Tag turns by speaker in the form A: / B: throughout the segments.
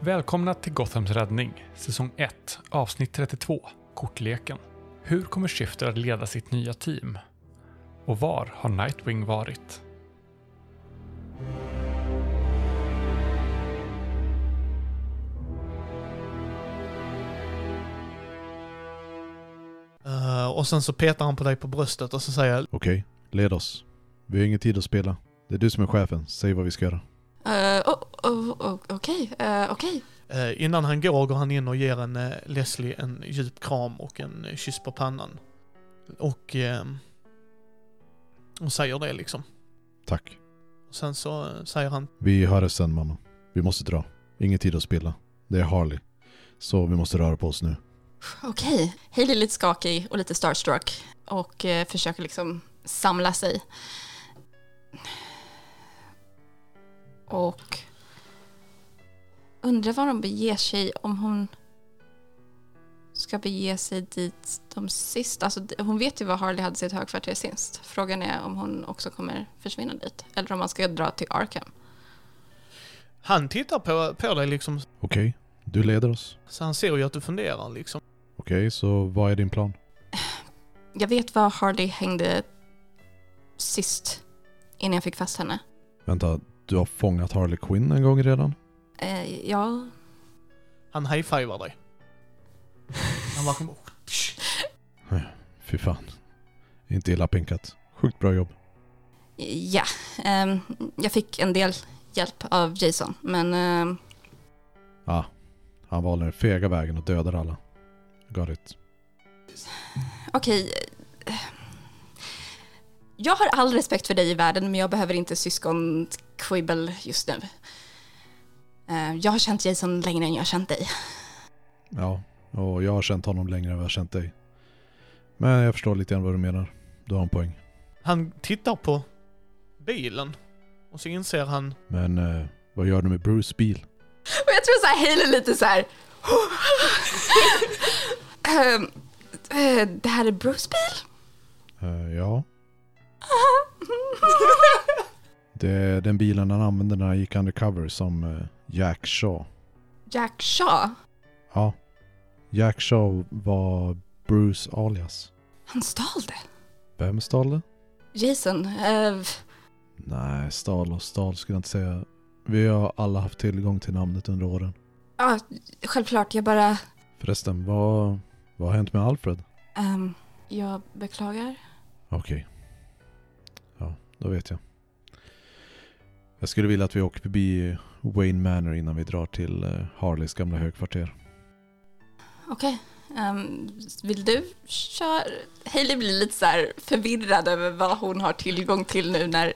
A: Välkomna till Gothams räddning, säsong 1, avsnitt 32, Kortleken. Hur kommer Shifter att leda sitt nya team? Och var har Nightwing varit?
B: Eh, och sen så petar han på dig på bröstet och så säger jag
C: Okej, led oss. Vi har ingen tid att spela. Det är du som är chefen, säg vad vi ska göra.
D: Eh, oh, oh, oh, Okej, eh, okej.
B: eh, innan han går går han in och ger en eh, Leslie en djup kram och en eh, kyss på pannan. Och, ehm, och säger det liksom.
C: Tack.
B: Och sen så eh, säger han
C: Vi hörs sen mamma. Vi måste dra. Ingen tid att spela. Det är Harley. Så vi måste röra på oss nu.
D: Okej. Hailey är lite skakig och lite starstruck och eh, försöker liksom samla sig. Och undrar var de beger sig om hon ska bege sig dit de sist. Alltså, d- hon vet ju var Harley hade sitt högkvarter sist. Frågan är om hon också kommer försvinna dit eller om man ska dra till Arkham.
B: Han tittar på, på dig liksom.
C: Okej, du leder oss.
B: Så han ser ju att du funderar liksom.
C: Okej, så vad är din plan?
D: Jag vet var Harley hängde sist innan jag fick fast henne.
C: Vänta, du har fångat Harley Quinn en gång redan?
D: Eh, ja.
B: Han high-fivar dig. Han bara kommer
C: Fy fan. Inte illa pinkat. Sjukt bra jobb.
D: Ja. ehm, jag fick en del hjälp av Jason, men ehm,
C: Ah, han valde den fega vägen och dödar alla. Got it.
D: okej. eh, Jag har all respekt för dig i världen, men jag behöver inte syskonkvibbel just nu. Eh, jag har känt Jason längre än jag har känt dig.
C: Ja, och jag har känt honom längre än vad jag har känt dig. Men jag förstår lite grann vad du menar. Du har en poäng.
B: Han tittar på bilen. Och så inser han
C: Men eh, vad gör du med Bruce bil?
D: Och jag tror så här, Hailey lite så här... Ehm, eh, det här är Bruce bil?
C: Eh, ja, det är den bilen han använde när han gick undercover som eh, Jack Shaw.
D: Jack Shaw?
C: Ja, Jack Shaw var Bruce alias.
D: Han stal det.
C: Vem stal det?
D: Jason, eh,
C: Nej, stal och stal skulle jag inte säga. Vi har alla haft tillgång till namnet under åren.
D: ja, självklart, jag bara...
C: Förresten, vad, vad har hänt med Alfred?
D: ehm, jag beklagar.
C: Okej. Ja, då vet jag. Jag skulle vilja att vi åker förbi Wayne Manor innan vi drar till eh, Harleys gamla högkvarter.
D: Okej. ehm, vill du köra? Hailey blir lite så här förvirrad över vad hon har tillgång till nu när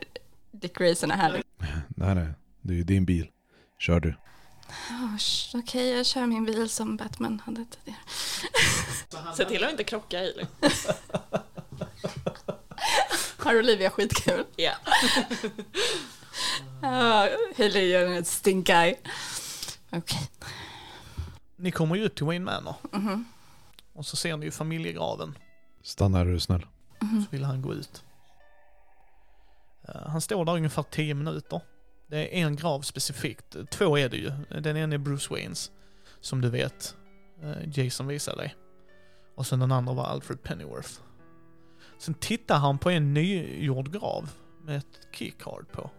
D: Dick Grayson är här.
C: Nej, nej. Det är ju din bil. Kör du.
D: Oh, sh- Okej, jag kör min bil som Batman hade tidigare.
E: Se till att inte krocka liksom. Hailey.
D: Har Olivia skitkul?
E: Ja.
D: Uh, Hailey gör en stink-eye. Okej.
B: Ni kommer ju ut till Wayne Manor.
D: mhm,
B: Och så ser ni ju familjegraven.
C: Stanna här är du snäll.
D: mhm.
B: Så vill han gå ut. Eh, Han står där ungefär 10 minuter. Det är en grav specifikt. Två är det ju. Den ena är Bruce Waynes. Som du vet. eh, Jason visade dig. Och sen den andra var Alfred Pennyworth. Sen tittar han på en nygjord grav. Med ett keycard på.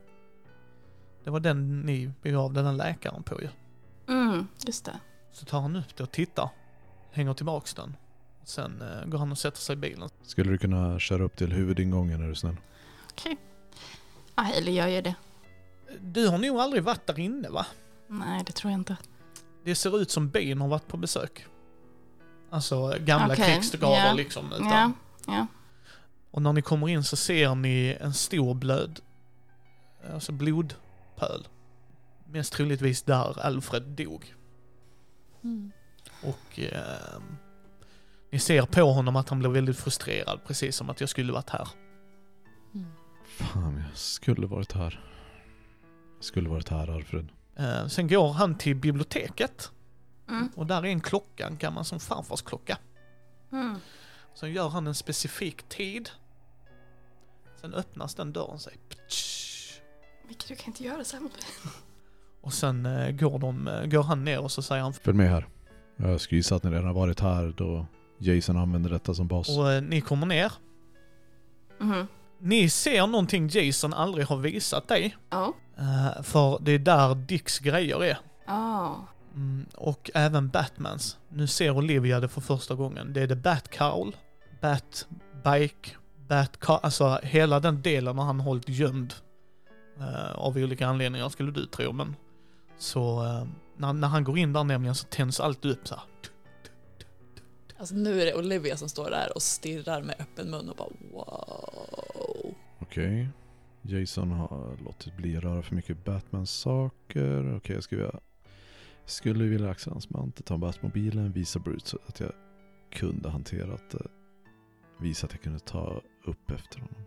B: Det var den ni begravde den läkaren på ju.
D: Mm, just det.
B: Så tar han upp det och tittar. Hänger tillbaks den. Sen eh, går han och sätter sig i bilen.
C: Skulle du kunna köra upp till huvudingången är du snäll?
D: Ja, Hailey gör ju det.
B: Du har nog aldrig varit där inne va?
D: Nej, det tror jag inte.
B: Det ser ut som bin har varit på besök. Alltså gamla
D: Okej,
B: krigsgravar
D: ja.
B: liksom. Utan.
D: Ja, ja.
B: Och när ni kommer in så ser ni en stor blöd, alltså blodpöl. Mest troligtvis där Alfred dog. Och ehm, ni ser på honom att han blev väldigt frustrerad, precis som att jag skulle varit här.
C: Fan, jag skulle varit här. Jag skulle varit här Alfred.
B: Eh, sen går han till biblioteket
D: Mm.
B: och där är en klocka, en gammal som farfars klocka.
D: Mm.
B: Sen gör han en specifik tid. Sen öppnas den dörren sig.
D: Micke, du kan inte göra så här mot mig.
B: Och sen eh, går, de, eh, går han ner och så säger han
C: Följ med här. Jag skulle gissa att ni redan har varit här då Jason använde detta som bas.
B: och eh, ni kommer ner.
D: Mhm.
B: Ni ser någonting Jason aldrig har visat dig.
D: Ja.
B: Eh, för det är där Dicks grejer är.
D: Ja.
B: Mm, och även Batmans. Nu ser Olivia det för första gången. Det är det Batcowl, Batbike, Batcar, alltså hela den delen har han hållit gömd. Eh, av olika anledningar skulle du tro, men så eh, när, när han går in där nämligen så tänds allt upp så här.
E: Alltså nu är det Olivia som står där och stirrar med öppen mun och bara wow.
C: Okej. Jason har låtit bli att röra för mycket Batmans saker. Okej, jag skulle vilja... Skulle vilja axla hans mantel, ta Batmobilen, visa Bruce så att jag kunde hantera att eh, Visa att jag kunde ta upp efter honom.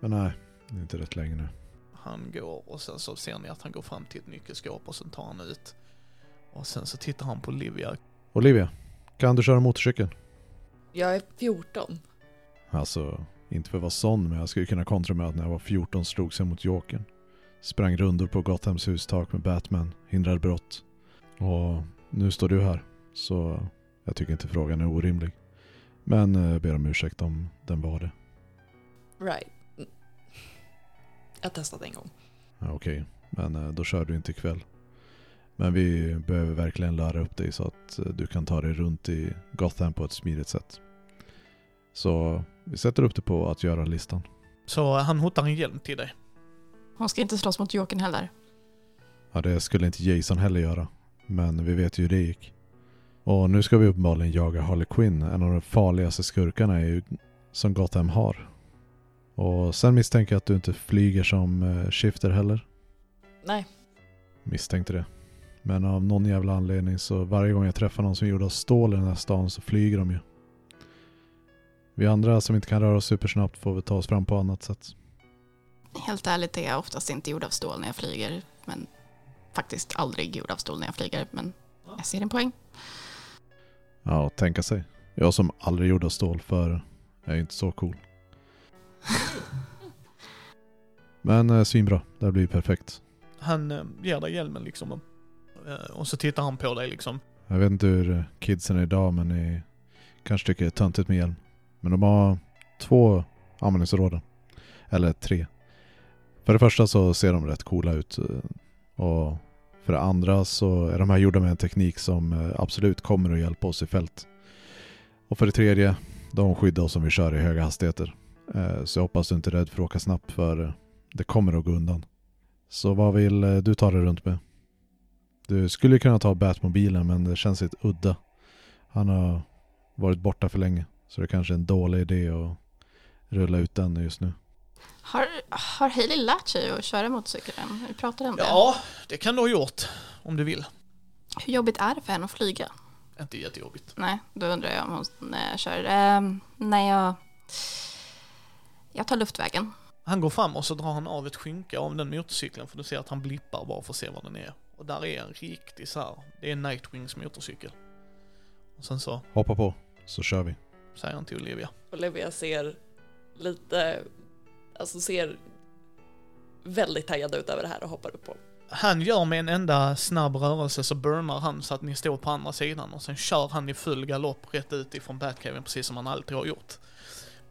C: Men nej, det är inte rätt längre nu.
B: Han går och sen så ser ni att han går fram till ett nyckelskåp och sen tar han ut. Och sen så tittar han på Olivia.
C: Olivia, kan du köra motorcykeln?
E: Jag är 14.
C: Alltså, inte för att vara sån, men jag skulle kunna kontra med att när jag var 14 slog sig mot Jokern. Sprang rundor på Gothams hustak med Batman, hindrade brott. Och nu står du här, så jag tycker inte frågan är orimlig. Men eh, jag ber om ursäkt om den var det.
E: Right. Mm. Jag har testat en gång.
C: Ja, Okej, men eh, då kör du inte ikväll. Men vi behöver verkligen lära upp dig så att eh, du kan ta dig runt i Gotham på ett smidigt sätt. Så vi sätter upp dig på att göra listan.
B: Så han hotar en hjälm till dig.
D: Hon ska inte slåss mot Jokern heller.
C: Ja, det skulle inte Jason heller göra. Men vi vet ju hur det gick. Och nu ska vi uppenbarligen jaga Harley Quinn, en av de farligaste skurkarna i, som Gotham har. Och sen misstänker jag att du inte flyger som eh, Shifter heller.
E: Nej,
C: Misstänkte det. Men av någon jävla anledning så varje gång jag träffar någon som är gjord av stål i den här stan så flyger de ju. Vi andra som inte kan röra oss supersnabbt får väl ta oss fram på annat sätt.
D: Helt ärligt är jag oftast inte gjord av stål när jag flyger. Men faktiskt aldrig gjord av stål när jag flyger. Men jag ser en poäng.
C: Ja, tänka sig. Jag som aldrig är gjord av stål för är ju inte så cool. Men eh, svinbra, det här blir ju perfekt.
B: Han eh, ger dig hjälmen liksom. Eh, och så tittar han på dig liksom.
C: Jag vet inte hur eh, kidsen är idag men ni kanske tycker det är töntigt med hjälm. Men de har två användningsområden. Eller tre. För det första så ser de rätt coola ut. eh, Och för det andra så är de här gjorda med en teknik som eh, absolut kommer att hjälpa oss i fält. Och för det tredje, de skyddar oss om vi kör i höga hastigheter. Eh, Så jag hoppas du inte är rädd för att åka snabbt för eh, det kommer att gå undan. Så vad vill eh, du ta dig runt med? Du skulle ju kunna ta Batmobilen men det känns lite udda. Han har varit borta för länge så det kanske är en dålig idé att rulla ut den just nu.
D: Har, har Hailey lärt sig att köra motorcykel än? Vi pratade om det.
B: Ja, det kan du ha gjort. Om du vill.
D: Hur jobbigt är det för henne att flyga?
B: Inte jättejobbigt.
D: Nej, då undrar jag om hon eh, kör. Ehm, när jag... Jag tar luftvägen.
B: Han går fram och så drar han av ett skynke av den motorcykeln för du ser att han blippar bara för att se vad den är. Och där är en riktig så här, det är Nightwings motorcykel. Och sen så
C: Hoppa på så kör vi.
B: säger han till Olivia.
E: Olivia ser lite, alltså ser väldigt taggad ut över det här och hoppar upp på.
B: Han gör med en enda snabb rörelse så burnar han så att ni står på andra sidan och sen kör han i full galopp rätt ut ifrån Batcaven precis som han alltid har gjort.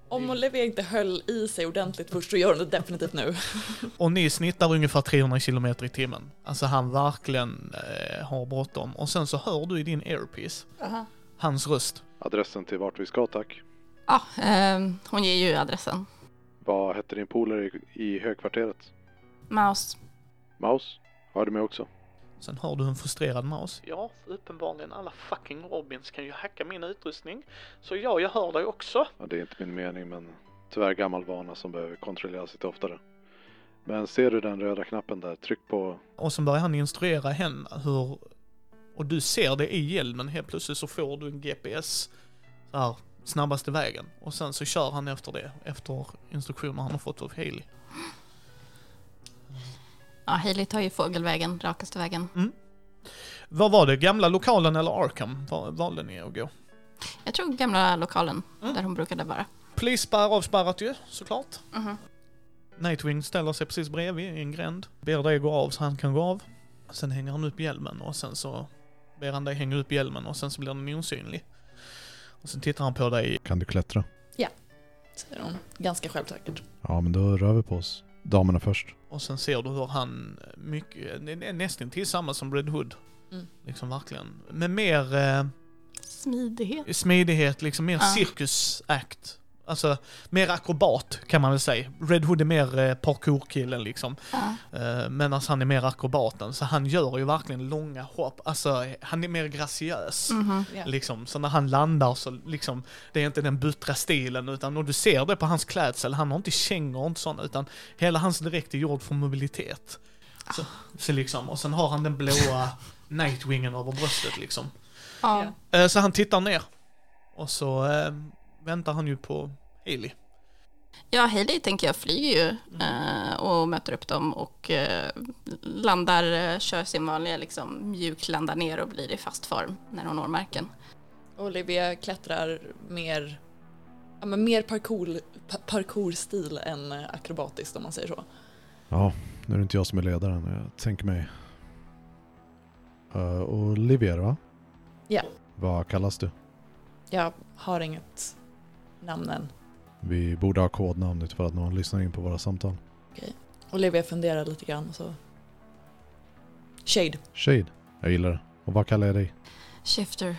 E: Om Olivia inte höll i sig ordentligt först så gör hon det definitivt nu.
B: Och ni snittar ungefär 300 km i timmen. Alltså han verkligen eh, har bråttom. Och sen så hör du i din airpiece hans röst.
C: Adressen till vart vi ska tack.
D: Ja, ehm, hon ger ju adressen.
C: Vad hette din polare i högkvarteret?
D: Maus.
C: Maus? Har du med också?
B: Sen hör du en frustrerad mouse. Ja, uppenbarligen alla fucking Robins kan ju hacka min utrustning. Så ja, jag hör dig också.
C: Ja, det är inte min mening men tyvärr gammal vana som behöver kontrolleras lite oftare. Men ser du den röda knappen där? Tryck på...
B: Och sen börjar han instruera henne hur... Och du ser det i hjälmen helt plötsligt så får du en GPS. Så här, snabbaste vägen. Och sen så kör han efter det. Efter instruktioner han har fått av Haley.
D: Ja, Hailey tar ju fågelvägen, rakaste vägen.
B: Vad var det? Gamla lokalen eller Arkham? Var valde ni att gå?
D: Jag tror gamla lokalen där hon brukade vara.
B: Polisspärr avspärrat ju, såklart.
D: Mhm.
B: Nightwing ställer sig precis bredvid i en gränd. Ber dig gå av så han kan gå av. Sen hänger han upp hjälmen och sen så ber han dig hänga upp hjälmen och sen så blir den osynlig. Och sen tittar han på dig.
C: Kan du klättra?
E: säger hon ganska självsäkert.
C: Ja, men då rör vi på oss. Damerna först.
B: Och sen ser du hur han eh, mycket, nä- nä- nästan till samma som Red Hood.
E: Mm.
B: Liksom verkligen. Men mer eh,
D: Smidighet.
B: smidighet, liksom mer
D: Ja.
B: cirkusakt. Alltså mer akrobat kan man väl säga. Red Hood är mer eh, parkourkillen liksom.
D: Ja.
B: Eh, Medan han är mer akrobaten. Så han gör ju verkligen långa hopp. Alltså han är mer graciös.
D: Mhm.
E: Ja.
B: Liksom, så när han landar så liksom, det är inte den buttra stilen utan, och du ser det på hans klädsel, han har inte kängor och inte sånt utan hela hans dräkt är gjord för mobilitet. Så, så liksom, och sen har han den blåa nightwingen över bröstet liksom.
D: Ja.
E: Ja.
B: Eh, Så han tittar ner. Och så eh, väntar han ju på Haley.
D: Ja, Hailey tänker jag flyger ju
B: Mm.
D: eh, och möter upp dem och eh, landar, eh, kör sin vanliga liksom mjuk, landar ner och blir i fast form när hon når marken.
E: Olivia klättrar mer, ja, men mer parkour, pa- parkourstil än eh, akrobatiskt om man säger så.
C: Ja, nu är det inte jag som är ledaren. Jag tänker mig... Uh, Olivier, va?
E: Ja.
C: Vad kallas du?
E: Jag har inget namn än.
C: Vi borde ha kodnamn utifrån att någon lyssnar in på våra samtal.
E: Olivia funderar lite grann så... Shade.
C: Shade. Jag gillar det. Och vad kallar jag dig?
D: Shifter.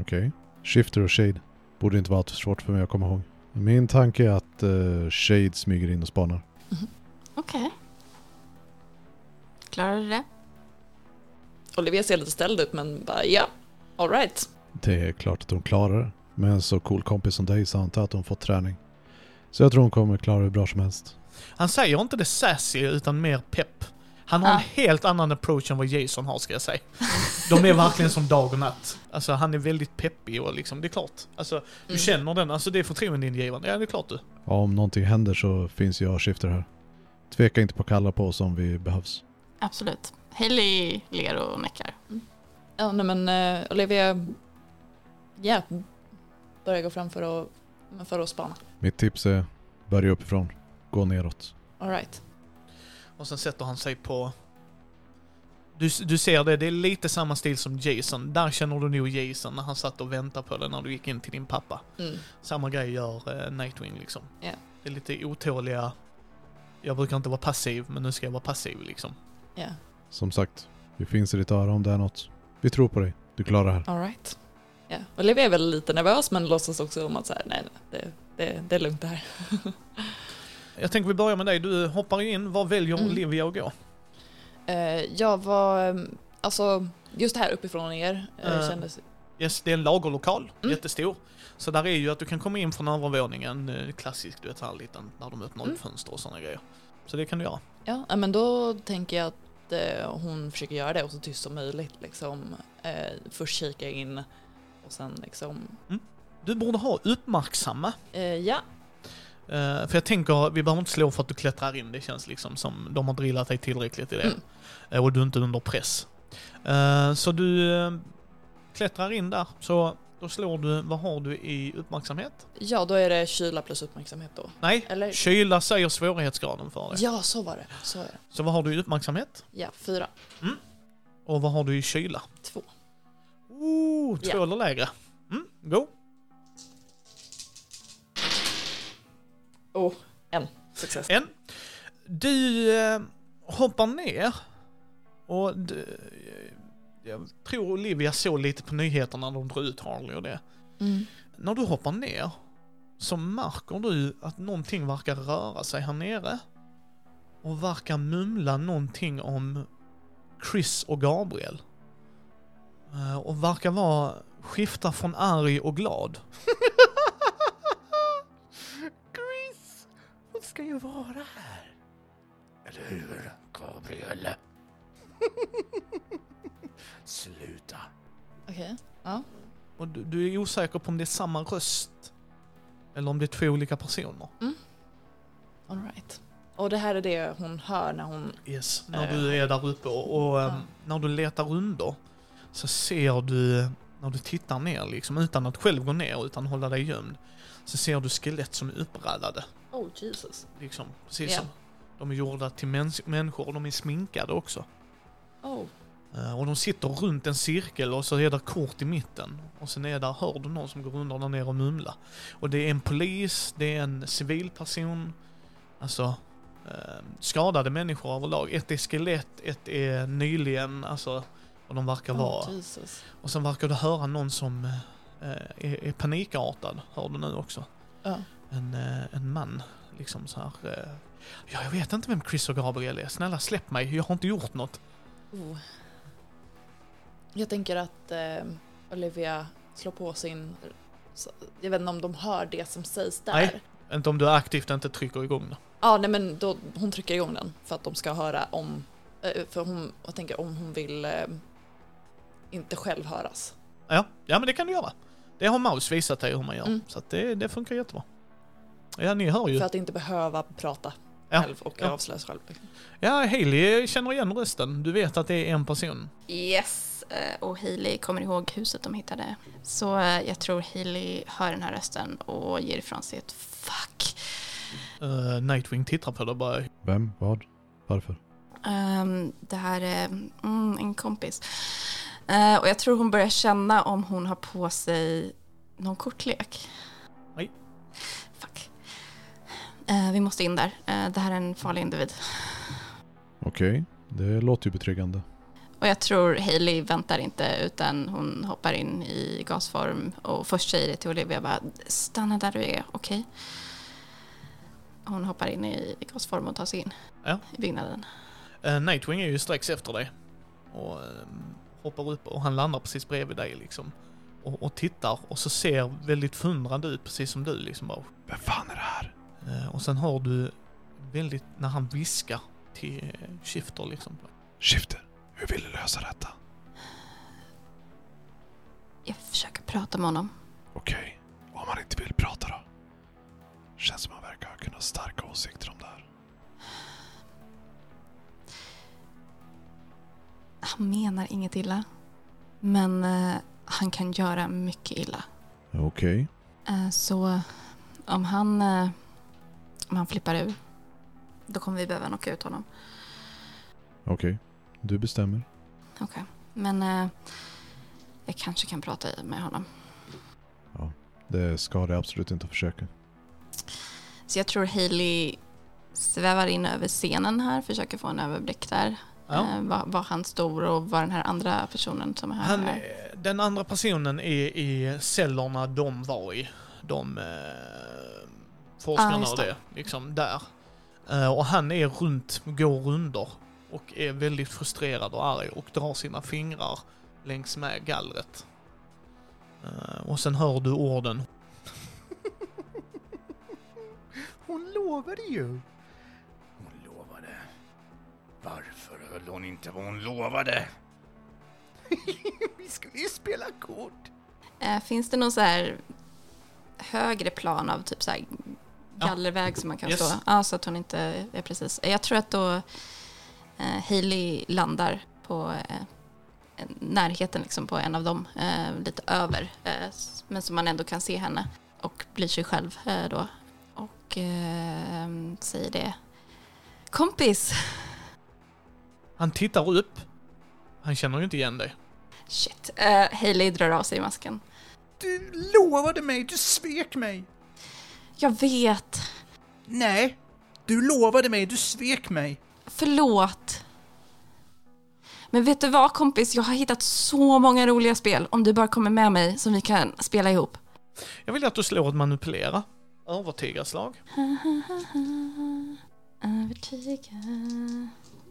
C: Okej. Shifter och Shade. Borde inte vara för svårt för mig att komma ihåg. Min tanke är att eh, Shade smyger in och spanar.
E: Mhm.
D: Okej. Klarar du det?
E: Olivia ser lite ställd ut men bara ja, alright.
C: Det är klart att hon klarar det. Med en så cool kompis som dig så antar jag att hon fått träning. Så jag tror hon kommer klara det hur bra som helst.
B: Han säger inte det sassy utan mer pepp. Han har en
D: Ah.
B: helt annan approach än vad Jason har ska jag säga. De är verkligen som dag och natt. Alltså han är väldigt peppig och liksom, det är klart. Alltså du
E: Mm.
B: känner den, alltså det är förtroendeingivande. Ja det är klart du.
C: Ja, om någonting händer så finns jag och Shifter här. Tveka inte på att kalla på oss om vi behövs.
D: Absolut. Hailey ler och nickar.
E: Ja, nej, men eh, Olivia... Ja, börjar gå fram för att, men för att spana.
C: Mitt tips är börja uppifrån. Gå neråt.
E: Alright.
B: Och sen sätter han sig på... Du, du ser det, det är lite samma stil som Jason. Där känner du nog Jason när han satt och väntade på dig när du gick in till din pappa.
E: Mm.
B: Samma grej gör eh, Nightwing liksom.
E: Ja.
B: Det är lite otåliga... Jag brukar inte vara passiv, men nu ska jag vara passiv liksom.
E: Ja,
C: Som sagt, vi finns i ditt öra om det är något. Vi tror på dig. Du klarar det här.
E: alright. Ja. Olivia är väl lite nervös men låtsas också om att så här, nej, nej det, det, det är lugnt det här.
B: Jag tänker vi börjar med dig. Du hoppar in. Var väljer
E: Mm.
B: Olivia att gå?
E: Eh, jag var, ehm, alltså just det här uppifrån och ner eh,
B: Eh.
E: kändes...
B: Yes, det är en lagerlokal.
E: Mm.
B: Jättestor. Så där är ju att du kan komma in från övervåningen. eh, Klassiskt, du vet, så här liten, när de öppnar
E: Mm.
B: upp fönster och sådana grejer. Så det kan du göra.
E: Ja, nej, men då tänker jag att eh, hon försöker göra det och så tyst som möjligt liksom. Eh, först kika in och sen liksom,
B: Du borde ha uppmärksamma.
E: eh, ja,
B: Eh, för jag tänker, vi behöver inte slå för att du klättrar in. Det känns liksom som de har drillat dig tillräckligt i det.
E: Mm.
B: Eh, och du är inte under press. Eh, så du eh, klättrar in där. Så då slår du, vad har du i uppmärksamhet?
E: ja då är det kyla plus uppmärksamhet då.
B: Nej,
E: Eller?
B: kyla säger svårighetsgraden för dig.
E: Ja, så var det. Så är det.
B: Så vad har du i uppmärksamhet?
E: Ja, fyra.
B: Och vad har du i kyla?
E: Två.
B: Ooh, två
E: Ja.
B: eller lägre. Mm, go.
E: Success.
B: En. Du eh, hoppar ner och du, eh, jag tror Olivia såg lite på nyheterna när de drog ut Harley och det.
E: Mm.
B: När du hoppar ner så märker du att någonting verkar röra sig här nere och verkar mumla någonting om Chris och Gabriel. Eh, Och verkar vara skifta från arg och glad. Chris! Hon ska ju vara här.
F: Eller hur, Gabriel? Sluta.
E: Okej.
B: Och du, du är osäker på om det är samma röst eller om det är två olika personer.
E: All right. Och det här är det hon hör när hon...
B: Yes, när
E: Eh.
B: du är där uppe och, och ehm,
E: Ja.
B: när du letar under så ser du, när du tittar ner liksom utan att själv gå ner utan hålla dig gömd, så ser du skelett som är uppradade.
E: Oh Jesus.
B: Liksom, precis
E: Ja.
B: som de är gjorda till mäns- människor och de är sminkade också.
E: Oh,
B: Eh, Och de sitter runt en cirkel och så är det kort i mitten. Och sen är där, hör du någon som går undan där nere och mumla. Och det är en polis, det är en civilperson. Alltså, eh, skadade människor överlag. Ett är skelett, ett är nyligen, alltså, och de verkar vara.
E: oh Jesus.
B: Och sen verkar du höra någon som eh, är, är panikartad, hör du nu också.
E: Ja.
B: En, eh, en man, liksom så här. Eh, ja, jag vet inte vem Chris och Gabriel är. Snälla släpp mig, jag har inte gjort något.
E: Oh. Jag tänker att eh, Olivia slår på sin... så- Jag vet inte om de hör det som sägs där.
B: Nej. Inte om du aktivt inte trycker igång det.
E: Ja, nej men då, hon trycker igång den för att de ska höra om... eh, För hon, jag tänker om hon vill eh, inte själv höras.
B: Ja, ja men det kan du göra. Det har Maus visat dig hur man gör.
E: Mm.
B: Så att det, det funkar jättebra. Ja, ni hör ju.
E: För att inte behöva prata
B: Ja,
E: själv och
B: ja.
E: avslöjas själv.
B: Ja, Hailey känner igen rösten. Du vet att det är en person.
D: Yes, eh, och Hailey kommer ihåg huset de hittade. Så eh, jag tror Hailey hör den här rösten och ger ifrån sig ett fuck.
B: Eh, Nightwing tittar på dig och bara...
C: Vem? Vad? Varför?
D: Ehm, det här är mm, en kompis. Eh, och jag tror hon börjar känna om hon har på sig någon kortlek.
B: Oj.
D: Fuck. Eh, vi måste in där. Eh, det här är en farlig individ.
C: Okej, det låter ju betryggande.
D: Och jag tror Hailey väntar inte utan hon hoppar in i gasform och först säger det till Olivia bara stanna där du är, okej? Hon hoppar in i gasform och tar sig in
B: Ja.
D: i byggnaden.
B: eh, Nightwing är ju strax efter dig. Och eh, hoppar upp och han landar precis bredvid dig liksom. Och, och tittar och så ser väldigt förundrad ut precis som du liksom bara...
C: Vem fan är det här?
B: Eh, och sen har du väldigt... När han viskar till eh, Shifter liksom.
C: Shifter, hur vill du lösa detta?
D: Jag försöker prata med honom.
C: Okej, om han inte vill prata då? Känns som han verkar ha kunnat starka åsikter om det här.
D: Han menar inget illa. Men eh, han kan göra mycket illa.
C: Okej.
D: Eh, så om han, eh, om han flippar ur, då kommer vi behöva knocka ut honom.
C: Okej, du bestämmer.
D: Okej. Men eh, jag kanske kan prata med honom.
C: Det ska det absolut inte försöka.
D: Så jag tror Hailey svävar in över scenen här, försöker få en överblick där.
B: Ja.
D: Eh, vad, vad han står och vad den här andra personen som är här
B: Han,
D: är.
B: eh, den andra personen är i cellerna de var i. De eh,
D: Ah,
B: forskarna
D: just
B: och
D: det.
B: det, liksom där. Eh, och han är runt, går runder och är väldigt frustrerad och arg och drar sina fingrar längs med gallret. Eh, och sen hör du orden.
F: Hon lovade ju. Hon lovade. Varför höll hon inte vad hon lovade? Vi skulle ju spela kort.
D: Eh, finns det någon så här högre plan av typ så här gallerväg som man kan
B: Yes.
D: stå? Ja, så att hon inte är precis. Eh, Jag tror att då eh, Hailey landar på eh, närheten liksom på en av dem, eh, lite över, eh, s- men så man ändå kan se henne och blir sig själv eh, då och eh, säger det. Kompis!
B: Han tittar upp. Han känner ju inte igen dig.
D: Shit. Eh, Hailey drar av sig masken.
F: Du lovade mig, du svek mig.
D: Jag vet!
F: Nej, du lovade mig, du svek mig.
D: Förlåt. Men vet du vad kompis, jag har hittat så många roliga spel om du bara kommer med mig som vi kan spela ihop.
B: Jag vill att du slår ett manipulera. Övertyga slag.
D: Övertyga.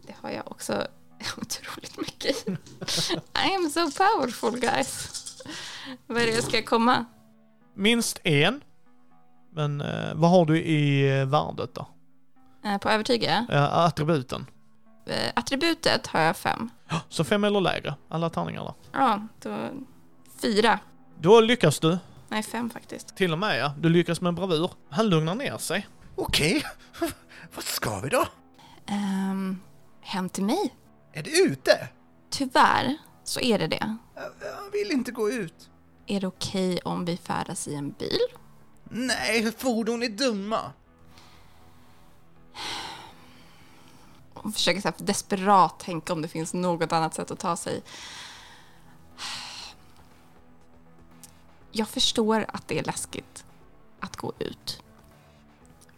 D: Det har jag också otroligt mycket i. I am so powerful guys. Vad är det jag ska komma?
B: Minst en. Men eh, vad har du i eh, värdet då?
D: Eh, På övertyga?
B: Eh, attributen.
D: Eh, Attributet har jag fem.
B: Så fem eller lägre, alla tärningarna.
D: Ja, då fyra.
B: Då lyckas du,
D: Nej, fem faktiskt.
B: till och med ja. Du lyckas med bravur. Han lugnar ner sig.
F: Okej, vad ska vi då?
D: Um, hem till mig?
F: Är det ute?
D: Tyvärr så är det det.
F: Jag, jag vill inte gå ut.
D: Är det okej om vi färdas i en bil?
F: Nej, fordon är dumma.
D: och försöker så här desperat tänka om det finns något annat sätt att ta sig. Jag förstår att det är läskigt att gå ut.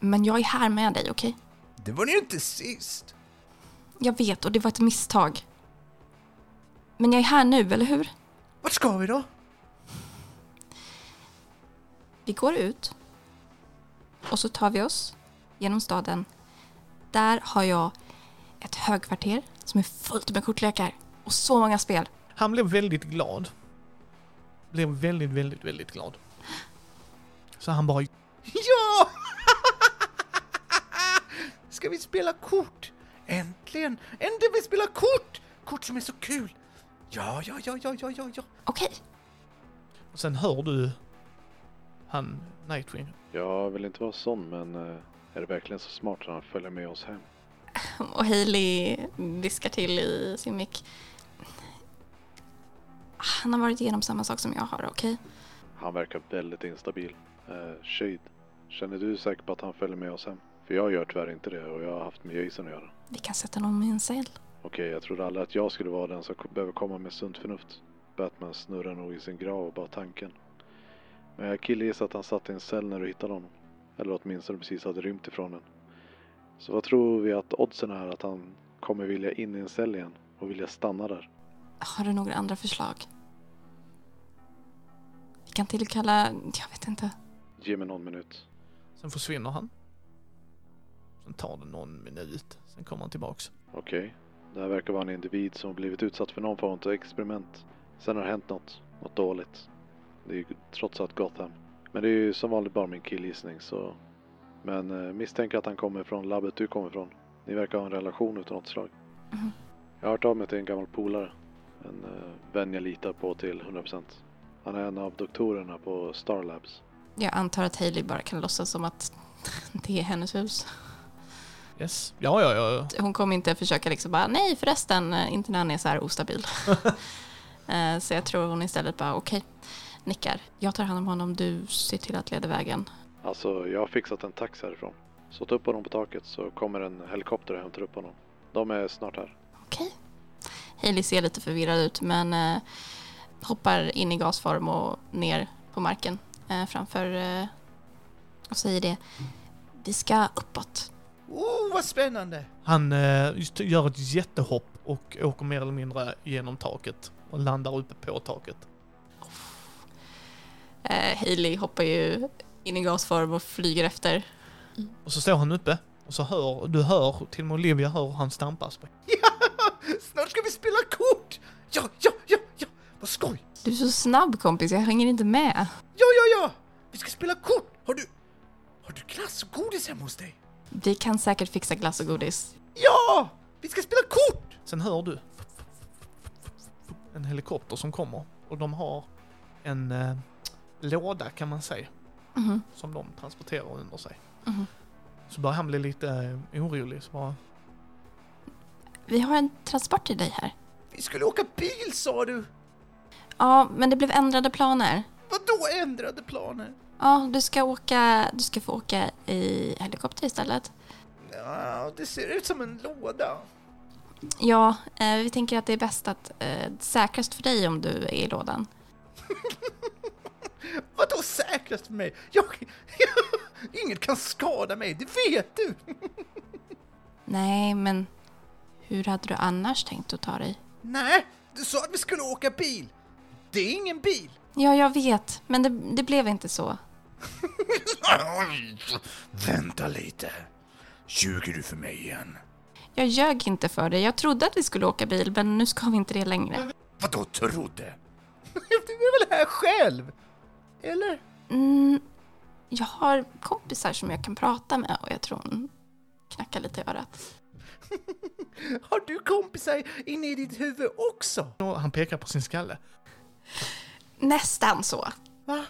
D: Men jag är här med dig, okej?
F: Det var det ju inte sist.
D: Jag vet och det var ett misstag. Men jag är här nu, eller hur?
F: Vart ska vi då?
D: Vi går ut och så tar vi oss genom staden. Där har jag ett högkvarter som är fullt med kortlekar och så många spel.
B: Han blev väldigt glad. Blev väldigt, väldigt, väldigt glad. Så han bara,
F: Ja! Ska vi spela kort? Äntligen! Äntligen vi spelar kort! Kort som är så kul! Ja, ja, ja, ja, ja, ja, ja.
D: Okej,
B: och sen hör du han Nightwing.
C: Jag vill inte vara sån, men eh, är det verkligen så smart att han följer med oss hem?
D: och Hailey viskar till i sin mick. Han har varit igenom samma sak som jag har, okej?
C: Han verkar väldigt instabil. Eh, Shade, känner du säkert på att han följer med oss hem? För jag gör tyvärr inte det och jag har haft med Jason att göra.
D: Vi kan sätta honom i en cell.
C: Okej, jag trodde aldrig att jag skulle vara den som k- behöver komma med sunt förnuft. Batman snurrar nog i sin grav och bara tanken. Men jag killgissar att han satt i en cell när du hittade honom. Eller åtminstone precis hade rymt ifrån den. Så vad tror vi att oddsen är att han kommer vilja in i en cell igen och vilja stanna där?
D: Har du några andra förslag? Vi kan tillkalla, jag vet inte.
C: Ge mig någon minut.
B: Sen försvinner han. Sen tar det någon minut, sen kommer han tillbaks.
C: Okej. Det här verkar vara en individ som blivit utsatt för någon form av experiment. Sen har det hänt något. Något dåligt. Det är ju trots allt Gotham. Men det är ju som vanligt bara min killgissning så... Men eh, misstänker att han kommer från labbet du kommer från. Ni verkar ha en relation utav något slag.
D: Mhm.
C: Jag har hört av mig till en gammal polare. En eh, vän jag litar på till 100%. Han är en av doktorerna på Star Labs.
D: Jag antar att Hailey bara kan låtsas som att det är hennes hus.
B: Yes. Ja, ja, ja. ja.
D: Hon kommer inte försöka liksom bara, nej förresten, eh, inte när han är så här ostabil. Eh, så jag tror hon istället bara, okej, nickar. Jag tar hand om honom, du ser till att leda vägen.
C: Alltså, jag har fixat en tax härifrån. Så ta upp honom på taket så kommer en helikopter och hämtar upp honom. De är snart här.
D: Okej. Hailey ser lite förvirrad ut men eh, hoppar in i gasform och ner på marken eh, framför eh, och säger det. Vi ska uppåt.
F: Oh, vad spännande!
B: Han eh, just gör ett jättehopp och åker mer eller mindre genom taket och landar uppe på taket.
D: Eh, Hailey hoppar ju in i gasform och flyger efter.
B: Och så står han uppe och så hör, du hör, till och med Olivia hör han stampas.
F: Snart ska vi spela kort! Ja, ja, ja, ja! Vad skoj!
D: Du är så snabb kompis, jag hänger inte med.
F: Ja, ja, ja! Vi ska spela kort! Har du... Har du glass och godis hemma hos dig?
D: Vi kan säkert fixa glass och godis.
F: Ja! Vi ska spela kort!
B: Sen hör du en helikopter som kommer och de har en eh, låda kan man säga
D: Mhm.
B: som de transporterar under sig.
D: Mhm.
B: Så börjar han bli lite eh, orolig så bara,
D: Vi har en transport till dig här.
F: Vi skulle åka bil sa du!
D: Ja, men det blev ändrade planer.
F: Vadå ändrade planer?
D: Ja, du ska åka, du ska få åka i helikopter istället.
F: Ja, det ser ut som en låda.
D: Ja, eh, vi tänker att det är bäst att eh, säkrast för dig om du är i lådan.
F: Vadå säkrast för mig? Jag... Inget kan skada mig, det vet du!
D: Nej, men hur hade du annars tänkt att ta dig?
F: Nej, du sa att vi skulle åka bil. Det är ingen bil.
D: Ja, jag vet, men det, det blev inte så.
F: Vänta lite. Ljuger du för mig igen?
D: Jag ljög inte för dig. Jag trodde att vi skulle åka bil, men nu ska vi inte det längre.
F: Vadå trodde? Du är väl här själv? Eller?
D: Mm, jag har kompisar som jag kan prata med och jag tror hon knackar lite i örat.
F: Har du kompisar inne i ditt huvud också?
B: och han pekar på sin skalle.
D: Nästan så.
F: Va?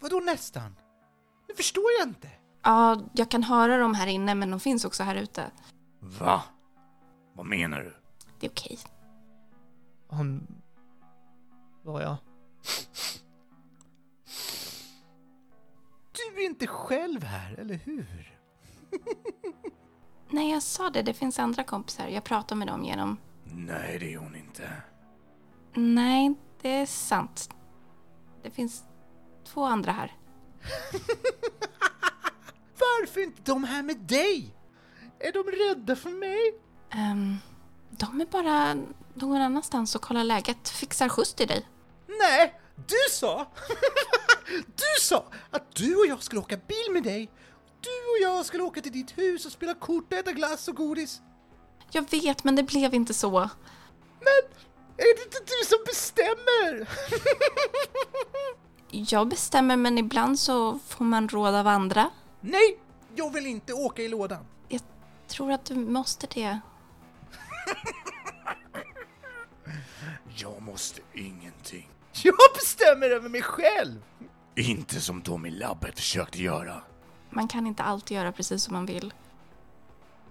F: Vadå nästan? Nu förstår jag inte.
D: Ja, jag kan höra dem här inne, men de finns också här ute.
F: Va? Vad menar du?
D: Det är okej.
B: Han börjar,
F: Du är inte själv här, eller hur?
D: Nej, jag sa det. Det finns andra kompisar. Jag pratar med dem genom...
F: Nej, det är hon inte.
D: Nej, det är sant. Det finns två andra här.
F: Varför är inte de här med dig? Är de rädda för mig?
D: Ehm, de är bara någon annanstans och kollar läget. Fixar skjuts till dig.
F: Nej, du sa! du sa att du och jag skulle åka bil med dig. Du och jag skulle åka till ditt hus och spela kort och äta glass och godis.
D: Jag vet, men det blev inte så.
F: Men är det inte du som bestämmer?
D: Jag bestämmer, men ibland så får man råd av andra.
F: Nej, jag vill inte åka i lådan.
D: Tror att du måste det.
F: Jag måste ingenting. Jag bestämmer över mig själv! Inte som de i labbet försökte göra.
D: Man kan inte alltid göra precis som man vill.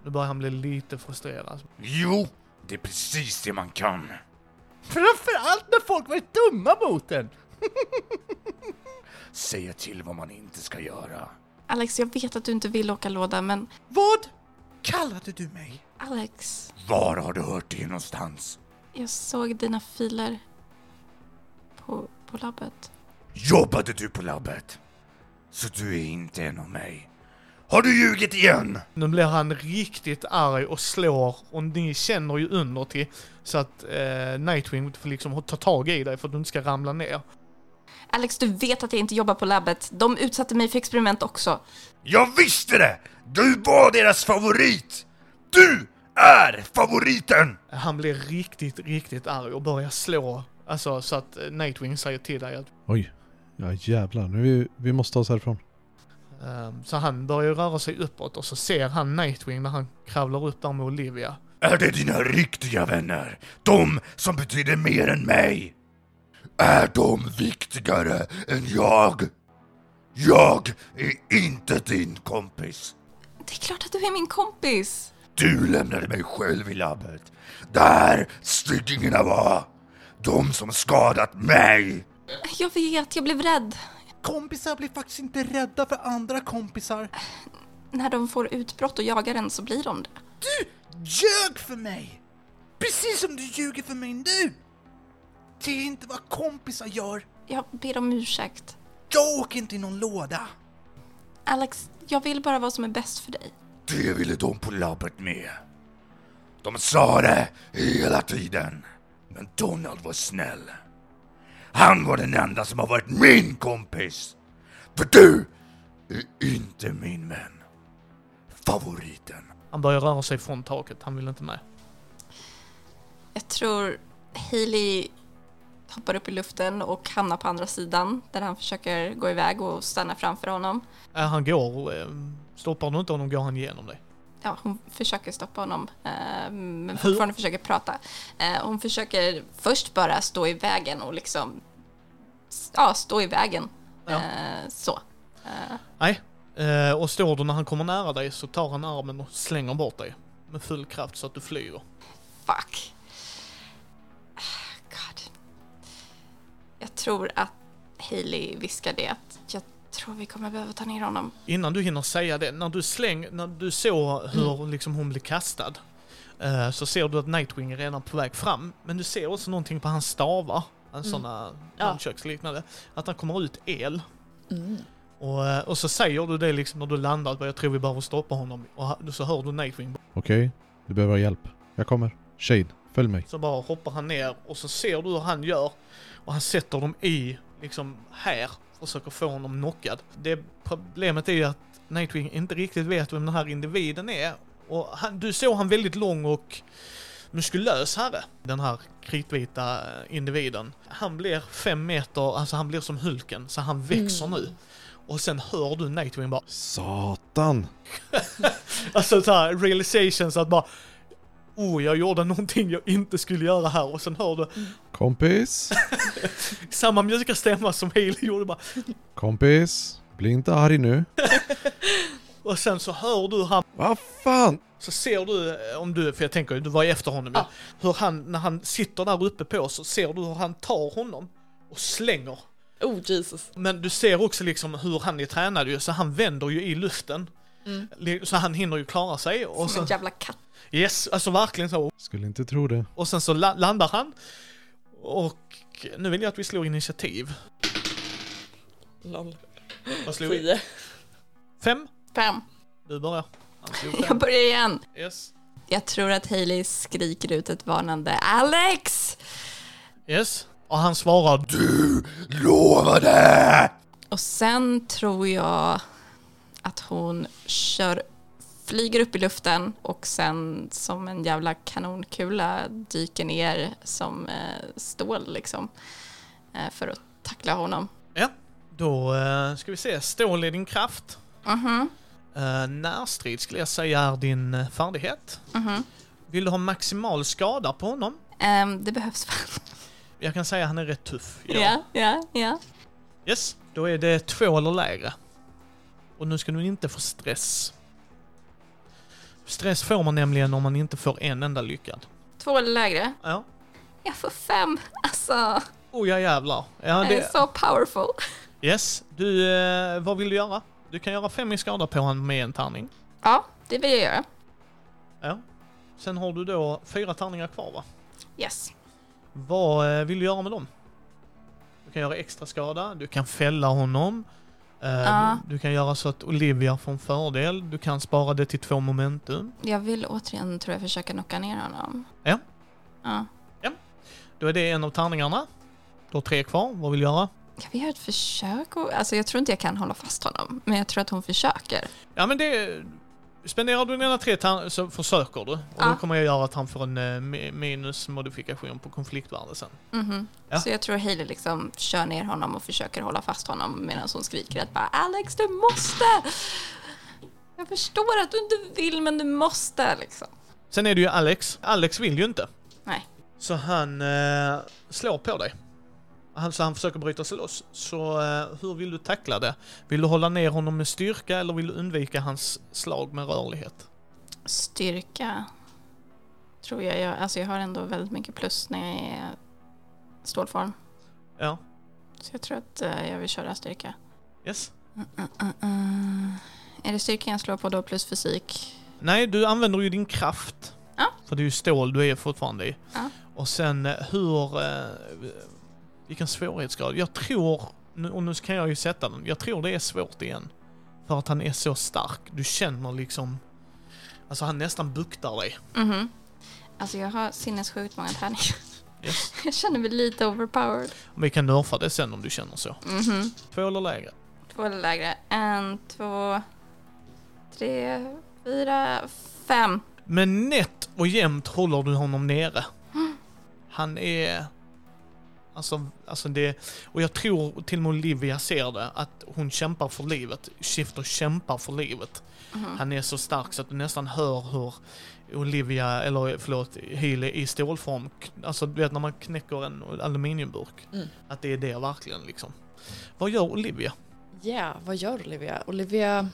B: Nu börjar han bli lite frustrerad.
F: Jo, det är precis det man kan. Framförallt när folk varit dumma mot en. Säga till vad man inte ska göra.
D: Alex, jag vet att du inte vill åka låda, men
F: Vad kallade du mig?
D: Alex,
F: Var har du hört det någonstans?
D: jag såg dina filer på, på labbet.
F: Jobbade du på labbet? Så du är inte en av mig. Har du ljugit igen?
B: Nu blir han riktigt arg och slår och ni känner ju under till så att eh, Nightwing får liksom ta tag i dig för att du inte ska ramla ner.
D: Alex, du vet att jag inte jobbar på labbet. De utsatte mig för experiment också.
F: Jag visste det! Du var deras favorit! Du är favoriten!
B: Han blir riktigt, riktigt arg och börjar slå. Alltså så att eh, Nightwing säger till dig att
C: Oj. Ja jävlar. Nu vi, vi måste ta oss härifrån.
B: Ehm, Så han börjar röra sig uppåt och så ser han Nightwing när han kravlar upp där med Olivia.
F: Är det dina riktiga vänner? De som betyder mer än mig? Är de viktigare än jag? Jag är inte din kompis.
D: Det är klart att du är min kompis!
F: Du lämnade mig själv i labbet. Där styggingarna var. De som skadat mig.
D: Jag vet, jag blev rädd.
F: Kompisar blir faktiskt inte rädda för andra kompisar.
D: När de får utbrott och jagar en så blir de det.
F: ljög för mig! Precis som du ljuger för mig nu! Det är inte vad kompisar gör.
D: Jag ber om ursäkt.
F: Jag åker inte i någon låda.
D: Alex, jag vill bara vad som är bäst för dig.
F: Det ville de på labbet med. De sa det hela tiden. Men Donald var snäll. Han var den enda som har varit min kompis. För du är inte min vän. Favoriten.
B: Han börjar röra sig från taket, han vill inte med.
D: Jag tror Hailey hoppar upp i luften och hamnar på andra sidan där han försöker gå iväg och stanna framför honom.
B: Äh, han går, eh, stoppar du inte honom går han igenom dig.
D: Ja, hon försöker stoppa honom, eh, men fortfarande försöker prata. Eh, hon försöker först bara stå i vägen och liksom, s- ja, stå i vägen.
B: Ja.
D: Eh, så.
B: Nej, eh, och står du när han kommer nära dig så tar han armen och slänger bort dig. Med full kraft så att du flyger.
D: Fuck. Ah, God. Jag tror att Hailey viskar det att jag tror vi kommer behöva ta ner honom.
B: Innan du hinner säga det, när du släng, när du såg hur liksom hon blev kastad, eh, så ser du att Nightwing är redan på väg fram. Men du ser också någonting på hans stavar, en såna
E: Ja.
B: dammköksliknande, att han kommer ut el. Och, eh, och så säger du det liksom när du landar, att jag tror vi behöver stoppa honom. Och ha- så hör du Nightwing,
C: Okej. Du behöver hjälp. Jag kommer. Shade, följ mig.
B: så bara hoppar han ner och så ser du hur han gör. Och han sätter dem i, liksom här, försöker få honom knockad. Det problemet är ju att Nightwing inte riktigt vet vem den här individen är. Och han, du såg han väldigt lång och muskulös herre, den här kritvita eh, individen. Han blir fem meter, alltså han blir som Hulken, så han växer nu. Och sen hör du Nightwing bara
C: Satan!
B: Alltså så här realizations att bara Oh, jag gjorde någonting jag inte skulle göra här och sen hör du
C: Kompis!
B: samma mjuka stämma som Haley gjorde bara
C: Kompis! Bli inte arg nu.
B: Och sen så hör du han
C: Vad fan!
B: Så ser du, eh, om du, för jag tänker ju, du var ju efter honom ja. Hur han, när han sitter där uppe på så ser du hur han tar honom och slänger
E: Oh Jesus.
B: Men du ser också liksom hur han är tränad ju, så han vänder ju i luften
E: Mm.
B: Li- Så han hinner ju klara sig och
D: Som
B: sen,
D: en jävla katt.
B: yes, alltså verkligen så.
C: Skulle inte tro det.
B: Och sen så la- landar han. Och nu vill jag att vi slår initiativ.
E: Lol.
B: Vad slog vi?
E: Tio.
B: Fem?
D: Fem.
B: Du börjar. Han slog
D: Jag
B: fem.
D: börjar igen.
B: Yes.
D: Jag tror att Hailey skriker ut ett varnande Alex!
B: Yes. Och han svarar
F: Du lovade!
D: Och sen tror jag att hon kör, flyger upp i luften och sen som en jävla kanonkula dyker ner som eh, stål liksom. Eh, för att tackla honom.
B: Då eh, ska vi se, stål är din kraft.
D: Mhm,
B: Eh, närstrid skulle jag säga är din eh, färdighet.
D: mhm.
B: Vill du ha maximal skada på honom?
D: Ehm, det behövs fan.
B: Jag kan säga att han är rätt tuff.
D: Ja, ja, ja.
B: Yes, då är det två eller lägre. Och nu ska du inte få stress. Stress får man nämligen om man inte får en enda lyckad.
D: Två eller lägre.
B: Ja.
D: Jag får fem. Alltså,
B: Oh ja jävlar. Ja,
D: det är
B: det...
D: så powerful.
B: Yes, du, eh, vad vill du göra? Du kan göra fem i skada på honom med en tärning.
D: Ja, det vill jag göra.
B: Ja. Sen har du då fyra tärningar kvar va?
D: Yes.
B: Vad eh, vill du göra med dem? Du kan göra extra skada, du kan fälla honom. eh,
D: Ja.
B: Du kan göra så att Olivia får en fördel, du kan spara det till två momentum.
D: Jag vill återigen, tror jag, försöka knocka ner honom.
B: Ja.
D: Ja.
B: Då är det en av tärningarna. Du har tre kvar, vad vill du göra?
D: Kan vi göra ett försök? Och, alltså jag tror inte jag kan hålla fast honom, men jag tror att hon försöker.
B: Ja men det... Spenderar du dina tre tärningar så försöker du. Och
D: Ja.
B: då kommer jag göra att han får en eh, mi- minusmodifikation på konfliktvärde sen.
D: Mhm.
B: Ja.
D: Så jag tror Hailey liksom kör ner honom och försöker hålla fast honom medan hon skriker att bara Alex, du måste! Jag förstår att du inte vill, men du måste liksom.
B: Sen är det ju Alex. Alex vill ju inte.
D: Nej.
B: Så han eh, slår på dig. Han, så han försöker bryta sig loss. Så eh, hur vill du tackla det? Vill du hålla ner honom med styrka eller vill du undvika hans slag med rörlighet?
D: Styrka tror jag, jag alltså jag har ändå väldigt mycket plus när jag är stålform.
B: Ja,
D: Så jag tror att eh, jag vill köra styrka.
B: yes.
D: Mm, mm, mm. Är det styrkan jag slår på då plus fysik?
B: Nej, du använder ju din kraft.
D: Ja.
B: För det är ju stål du är fortfarande i.
D: Ja.
B: Och sen eh, hur... Eh, vilken svårighetsgrad? Jag tror, nu- och nu kan jag ju sätta den, jag tror det är svårt igen. För att han är så stark. Du känner liksom... Alltså han nästan buktar dig.
D: Mhm. Alltså jag har sinnessjukt många tärningar.
B: Yes.
D: Jag känner mig lite overpowered.
B: Vi kan nerfa det sen om du känner så.
D: Mhm.
B: Två eller lägre.
D: Två eller lägre. En, två, tre, fyra, fem.
B: Men nätt och jämnt håller du honom nere. Han är... Alltså, alltså det... Och jag tror till och med Olivia ser det, att hon kämpar för livet. Shifter kämpar för livet.
D: Mm-hmm. Ah.
B: Han är så stark så att du nästan hör hur Olivia, eller förlåt, Healy i stålform, kn- alltså du vet när man knäcker en aluminiumburk.
E: Mm.
B: Att det är det verkligen liksom. Vad gör Olivia?
E: Ja, vad gör Olivia? Olivia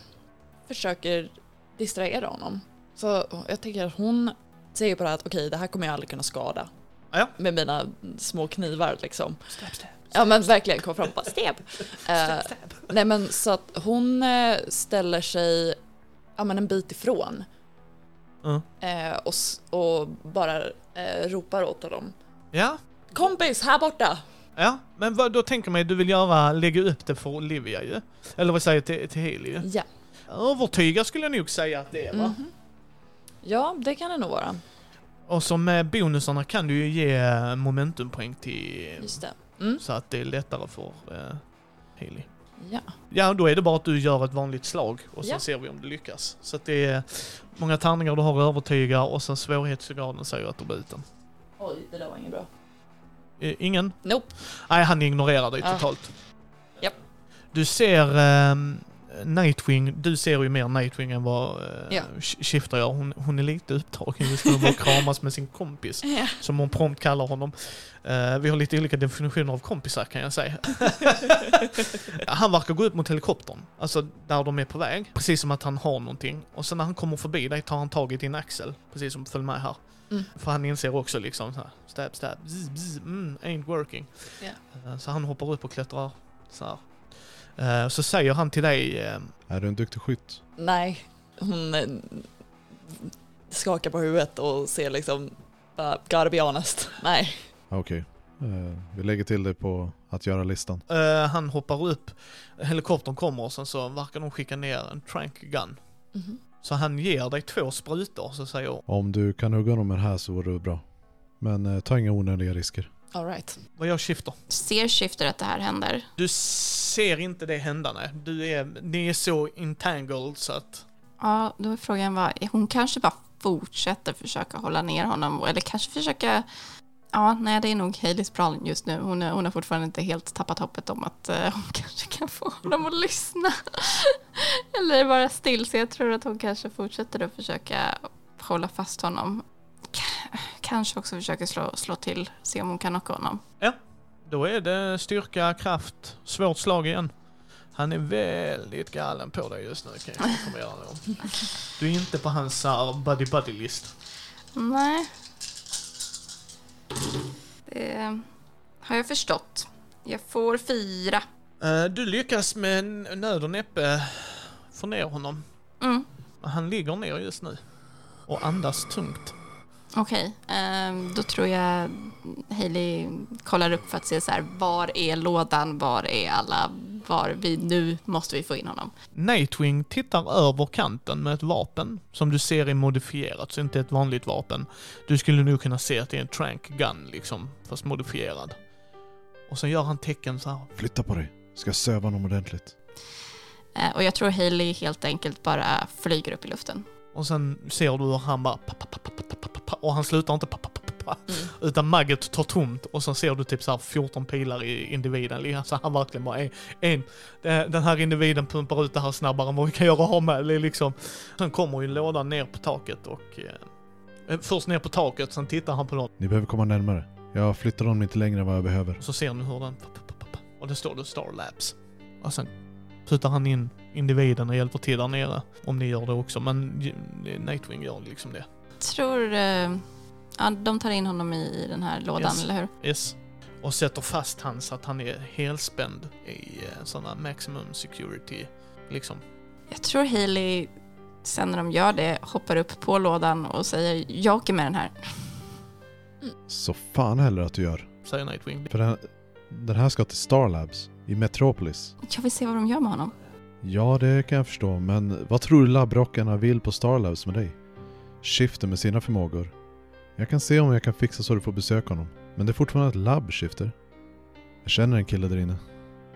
E: försöker distrahera honom. Så jag tänker att hon säger bara att okej, det här kommer jag aldrig kunna skada.
B: Ja.
E: Med mina små knivar liksom. Ja men verkligen, kom fram och bara stab. Eh, nej men så att hon eh, ställer sig ja, men en bit ifrån.
B: Ja.
E: Eh, och, s- och bara eh, ropar åt honom.
B: Ja,
E: Kompis, här borta!
B: Ja, men vad, då tänker man ju, du vill göra, lägga upp det för Olivia ju. Eller vad säger jag till, till Haley ju.
E: Ja.
B: Övertyga skulle jag nog säga att det är va?
E: Mhm. ja, det kan det nog vara.
B: Och så med bonusarna kan du ju ge eh, momentumpoäng till...
E: Just det. Mm.
B: Så att det är lättare för eh, Haley.
E: Ja.
B: Ja, då är det bara att du gör ett vanligt slag och sen
E: Ja.
B: ser vi om du lyckas. Så att det är många tärningar du har att övertyga och sen svårighetsgraden säger att du blir utan.
E: Oj, det där var inget bra.
B: Eh, Ingen?
E: Nope.
B: Nej, han ignorerar dig
E: Ja.
B: totalt.
E: Japp.
B: Du ser ehm, Nightwing, du ser ju mer Nightwing än vad uh,
E: Ja.
B: Shifter gör. Hon, hon är lite upptagen just nu med att kramas med sin kompis,
E: Ja.
B: som hon prompt kallar honom. Eh, vi har lite olika definitioner av kompisar kan jag säga. han verkar gå upp mot helikoptern, alltså där de är på väg, precis som att han har någonting. Och sen när han kommer förbi dig tar han tag i din axel, precis som följ med här.
E: Mm.
B: För han inser också liksom så här, stab, stab, bzz, bzz, mm, ain't working. Eh, Så han hoppar upp och klättrar så här. Eh, Så säger han till dig, eh,
C: Är du en duktig skytt?
E: Nej, hon eh, skakar på huvudet och ser liksom, bara, gotta be honest. Nej.
C: Ah, Okej. Eh, vi lägger till det på att göra-listan.
B: Eh, han hoppar upp, helikoptern kommer och sen så verkar de skicka ner en trank gun.
E: Mhm.
B: Så han ger dig två sprutor, så säger jag,
C: Om du kan hugga honom med det här så vore det bra. Men eh, ta inga onödiga risker.
E: All right.
B: vad gör Shifter?
D: Ser Shifter att det här händer?
B: Du ser inte det hända, nej. Du är, ni är så entangled så att...
D: Ja, då är frågan vad, hon kanske bara fortsätter försöka hålla ner honom eller kanske försöka Ja, nej det är nog Haileys plan just nu. Hon, är, hon har fortfarande inte helt tappat hoppet om att eh, hon kanske kan få honom att lyssna. Eller vara still, så jag tror att hon kanske fortsätter att försöka hålla fast honom. K- kanske också försöker slå, slå till, se om hon kan knocka honom.
B: Då är det styrka, kraft, svårt slag igen. Han är väldigt galen på dig just nu kan jag informera dig om. Du är inte på hans eh, buddy-buddy-list.
D: Nej. Det har jag förstått. Jag får fyra.
B: Eh, Du lyckas med n- nöd och näppe få ner honom.
D: Mm.
B: Han ligger ner just nu. Och andas tungt.
D: Okej, ehm, då tror jag Hailey kollar upp för att se så här, var är lådan, var är alla, var vi, nu måste vi få in honom.
B: Nightwing tittar över kanten med ett vapen som du ser är modifierat, så inte ett vanligt vapen. Du skulle nog kunna se att det är en trank gun liksom, fast modifierad. Och sen gör han tecken så här.
C: Flytta på dig. Ska söva honom ordentligt.
D: Eh, och jag tror Hailey helt enkelt bara flyger upp i luften.
B: Och sen ser du hur han bara pa, pa, pa, pa, pa, pa, pa, pa, och han slutar inte pa, pa, pa, pa, pa,
E: Mm.
B: utan magget tar tomt och sen ser du typ så här 14 pilar i individen. Liksom, Så han verkligen bara är en. Det- Den här individen pumpar ut det här snabbare än vad vi kan göra av med det liksom. Sen kommer ju lådan ner på taket och eh, Först ner på taket, sen tittar han på dem
C: Ni behöver komma närmare. Jag flyttar honom inte längre än vad jag behöver.
B: och så ser ni hur den... pa, pa, pa, pa, Och det står det Star Labs. Och sen putar han in individen och hjälper till där nere. Om ni gör det också, men eh, Nightwing gör liksom det.
D: Tror, eh, ja de tar in honom i, i den här lådan,
B: Yes.
D: eller hur?
B: Yes. Och sätter fast han så att han är helspänd i sådana maximum security, liksom.
D: Jag tror Hailey, sen när de gör det, hoppar upp på lådan och säger jag åker med den här.
C: Så fan heller att du gör.
B: Säger Nightwing.
C: För den, den här ska till Starlabs i Metropolis.
D: Jag vill se vad de gör med honom.
C: Ja, det kan jag förstå. Men vad tror du labbrockarna vill på Starlabs med dig? Shifter med sina förmågor. Jag kan se om jag kan fixa så du får besöka honom. Men det är fortfarande ett labb, Shifter. Jag känner en kille där inne.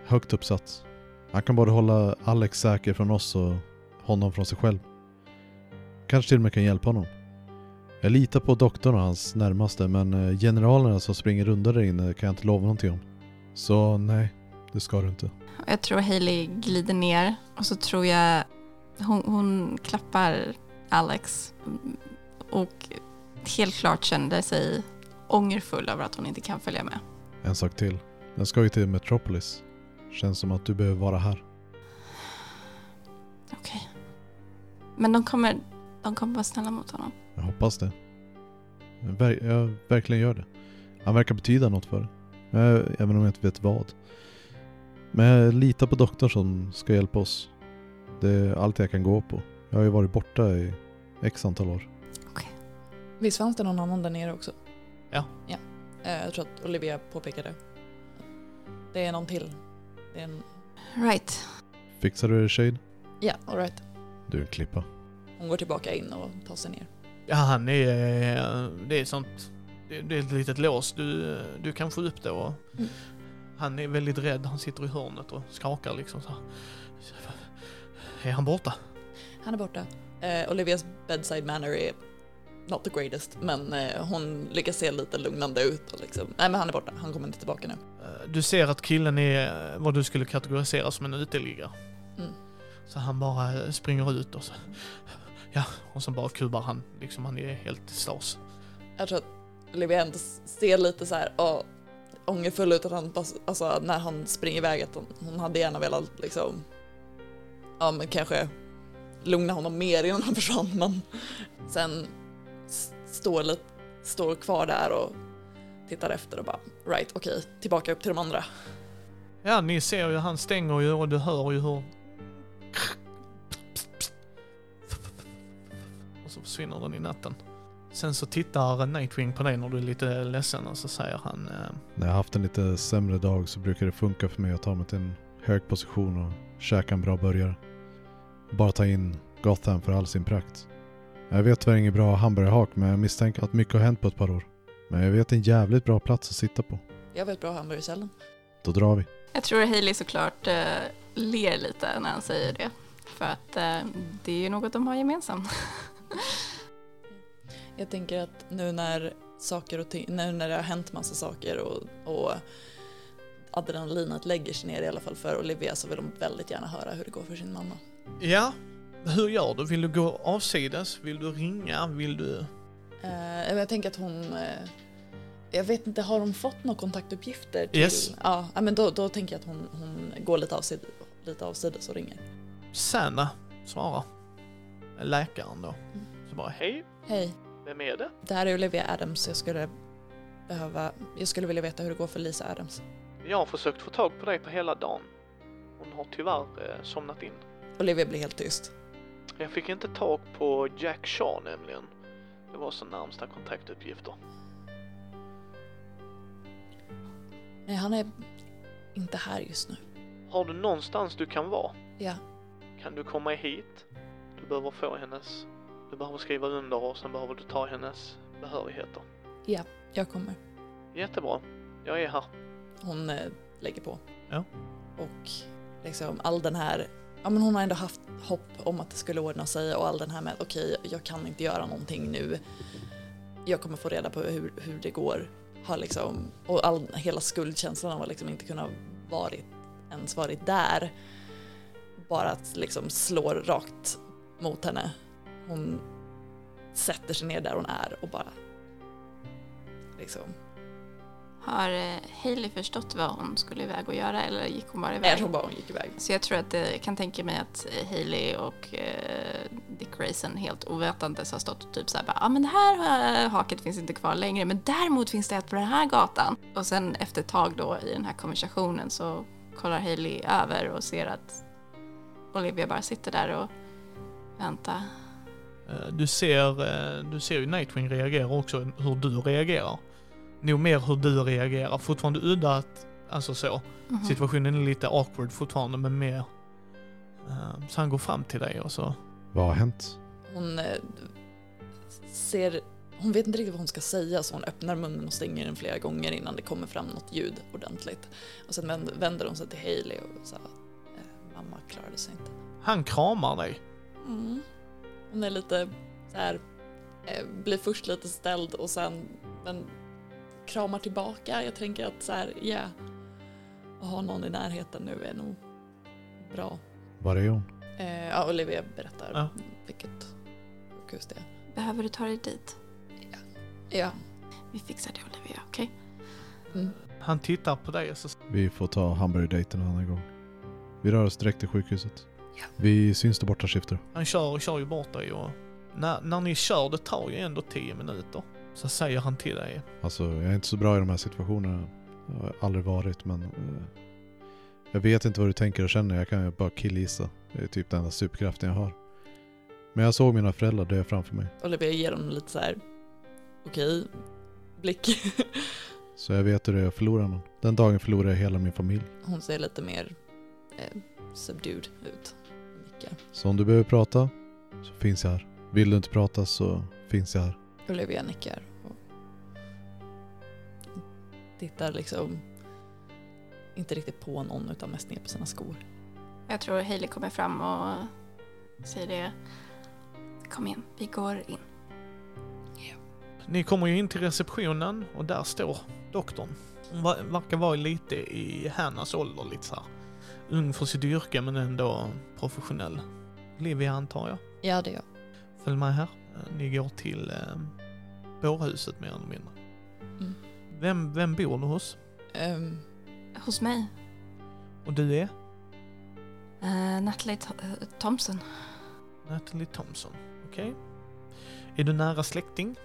C: Högt uppsatt. Han kan både hålla Alex säker från oss och honom från sig själv. Kanske till och med kan hjälpa honom. Jag litar på doktorn och hans närmaste men eh, generalerna som springer runda där inne kan jag inte lova någonting om. Så nej, det ska du inte.
D: Och Jag tror Hailey glider ner och så tror jag hon, hon klappar Alex mm, och helt klart kände sig ångerfull över att hon inte kan följa med.
C: En sak till. Den ska ju till Metropolis. Känns som att du behöver vara här.
D: Okej. Men de kommer, de kommer vara snälla mot honom.
C: Jag hoppas det. Jag, ver- jag verkligen gör det. Han verkar betyda något för dig. Eh, Även om jag inte vet vad. Men jag litar på doktorn som ska hjälpa oss. Det är allt jag kan gå på. Jag har ju varit borta i x antal år.
E: Visst fanns det någon annan där nere också?
B: Ja.
E: ja. Eh, Jag tror att Olivia påpekade. Det är någon till. Det är en...
D: Right.
C: Fixar du det Shade?
E: Ja, all right.
C: Du är en klippa.
E: Hon går tillbaka in och tar sig ner.
B: Ja, han är... eh, Det är sånt... Det det är ett litet lås. Du, eh, du kan få upp det och...
E: Mm.
B: Han är väldigt rädd. Han sitter i hörnet och skakar liksom så här. Är han borta?
E: Han är borta. Eh, Olivias bedside manner är not the greatest, men eh, hon lyckas se lite lugnande ut och liksom, nej men han är borta, han kommer inte tillbaka nu.
B: Eh, Du ser att killen är eh, vad du skulle kategorisera som en uteliggare.
E: Mm.
B: Så han bara eh, springer ut och så... Ja, och sen bara kubar han. Liksom, han är helt stas.
E: Jag tror att Olivia ändå ser lite så här, åh, ångerfull ut att han bara, alltså när han springer iväg att hon, hon hade gärna velat liksom, ja men kanske lugna honom mer innan han försvann men sen s- står lite, står kvar där och tittar efter och bara right okej tillbaka upp till de andra.
B: Ja, ni ser ju, han stänger ju och du hör ju hur... försvinner den i natten. Sen så tittar Nightwing på dig när du är lite ledsen och så säger han eh,
C: När jag har haft en lite sämre dag så brukar det funka för mig att ta mig till en hög position och käka en bra burgare. Bara ta in Gotham för all sin prakt. Jag vet tyvärr inget bra hamburgerhak men jag misstänker att mycket har hänt på ett par år. Men jag vet en jävligt bra plats att sitta på.
E: Jag vet bra hamburgerställen.
C: Då drar vi.
D: Jag tror Hailey såklart eh, ler lite när han säger det. För att eh, det är ju något de har gemensamt.
E: Jag tänker att nu när saker och ting, nu när det har hänt massa saker och, och adrenalinet lägger sig ner i alla fall för Olivia så vill de väldigt gärna höra hur det går för sin mamma.
B: Ja, hur gör du? Vill du gå avsides? Vill du ringa? Vill du...
E: Eh, jag tänker att hon... Eh, jag vet inte, har hon fått några kontaktuppgifter? Till,
B: Yes.
E: Ja, ja, men då, då tänker jag att hon, hon går lite avsides, lite avsides och ringer.
B: Sanna svara. Läkaren då. Så bara hej,
E: Hej,
B: vem är det?
E: det här är Olivia Adams. Jag skulle behöva... Jag skulle vilja veta hur det går för Lisa Adams.
B: Jag har försökt få tag på dig på hela dagen. Hon har tyvärr eh, somnat in.
E: Olivia blir helt tyst.
B: Jag fick inte tag på Jack Shaw nämligen. Det var så närmsta kontaktuppgifter.
E: Nej, han är inte här just nu.
B: Har du någonstans du kan vara?
E: Ja,
B: Kan du komma hit? Du behöver få hennes. Du behöver skriva under och sen behöver du ta hennes behörigheter.
E: jag kommer.
B: Jättebra. Jag är här.
E: Hon eh, lägger på.
B: Ja.
E: Och liksom all den här... Ja, men hon har ändå haft hopp om att det skulle ordna sig och all den här med att okej, jag kan inte göra någonting nu. Jag kommer få reda på hur, hur det går. Har liksom, och all, hela skuldkänslan av att liksom inte kunna varit, ens varit där. Bara att liksom slår rakt mot henne. Hon sätter sig ner där hon är och bara liksom
D: Har eh, Hailey förstått vad hon skulle iväg och göra eller gick hon bara
E: Nej, jag
D: iväg?
E: tror bara hon gick iväg.
D: Så jag tror att eh, jag kan tänka mig att Hailey och eh, Dick Grayson helt ovetandes har stått och typ såhär bara ja ah, men det här eh, haket finns inte kvar längre men däremot finns det ett på den här gatan. Och sen efter ett tag då i den här konversationen så kollar Hailey över och ser att Olivia bara sitter där och väntar.
B: Eh, Du ser, eh, du ser ju Nightwing reagera också, hur du reagerar. Nog mer hur du reagerar, fortfarande udda att, alltså så.
D: Mhm.
B: Situationen är lite awkward fortfarande men mer. eh, Så han går fram till dig och så.
C: Vad har hänt?
E: Hon eh, ser... Hon vet inte riktigt vad hon ska säga så hon öppnar munnen och stänger den flera gånger innan det kommer fram något ljud ordentligt. Och sen vänd- vänder hon sig till Hailey och sa eh, mamma klarade sig inte.
B: Han kramar dig.
E: Mm. Hon är lite så här, eh, blir först lite ställd och sen men kramar tillbaka. Jag tänker att så här, ja, att ha någon i närheten nu är nog bra.
C: Var är hon?
E: Eh, ja, Olivia berättar
B: Ja.
E: vilket sjukhus det är.
D: Behöver du ta dig dit?
E: Ja.
D: Vi fixar det Olivia, okej?
E: Mm.
B: Han tittar på dig och så
C: Vi får ta hamburgardejten en annan gång. Vi rör oss direkt till sjukhuset.
E: Ja.
C: Vi syns där borta, Shifter.
B: Han kör och kör ju bort dig och när, när ni kör, det tar ju ändå 10 minuter. Så säger han till dig.
C: Alltså, jag är inte så bra i de här situationerna. Jag har aldrig varit, men... Eh, jag vet inte vad du tänker och känner. Jag kan ju bara killgissa. Det är typ den enda superkraften jag har. Men jag såg mina föräldrar dö framför mig.
E: Olivia ger honom lite så här okej blick.
C: Så jag vet hur det är att förlora någon. Den dagen förlorade jag hela min familj.
E: Hon ser lite mer eh, subdued ut. Nickar.
C: Så om du behöver prata, så finns jag här. Vill du inte prata så finns jag här.
E: Olivia nickar och tittar liksom inte riktigt på någon utan mest ner på sina skor.
D: Jag tror Hailey kommer fram och säger det. Kom in, vi går in.
B: Ni kommer ju in till receptionen och där står doktorn. Hon ver- verkar vara lite i Hannas ålder, lite så här. Ung för sitt yrke men ändå professionell. Olivia antar jag.
E: Ja, det gör
B: Följ med här. Eh, Ni går till eh, bårhuset mer eller mindre.
E: Mm.
B: Vem, vem bor du hos?
E: jag.
D: Hos mig,
B: Och du är?
D: uh, Natalie Th- eh, Thompson.
B: Natalie Thompson. Okej. Är du nära släkting?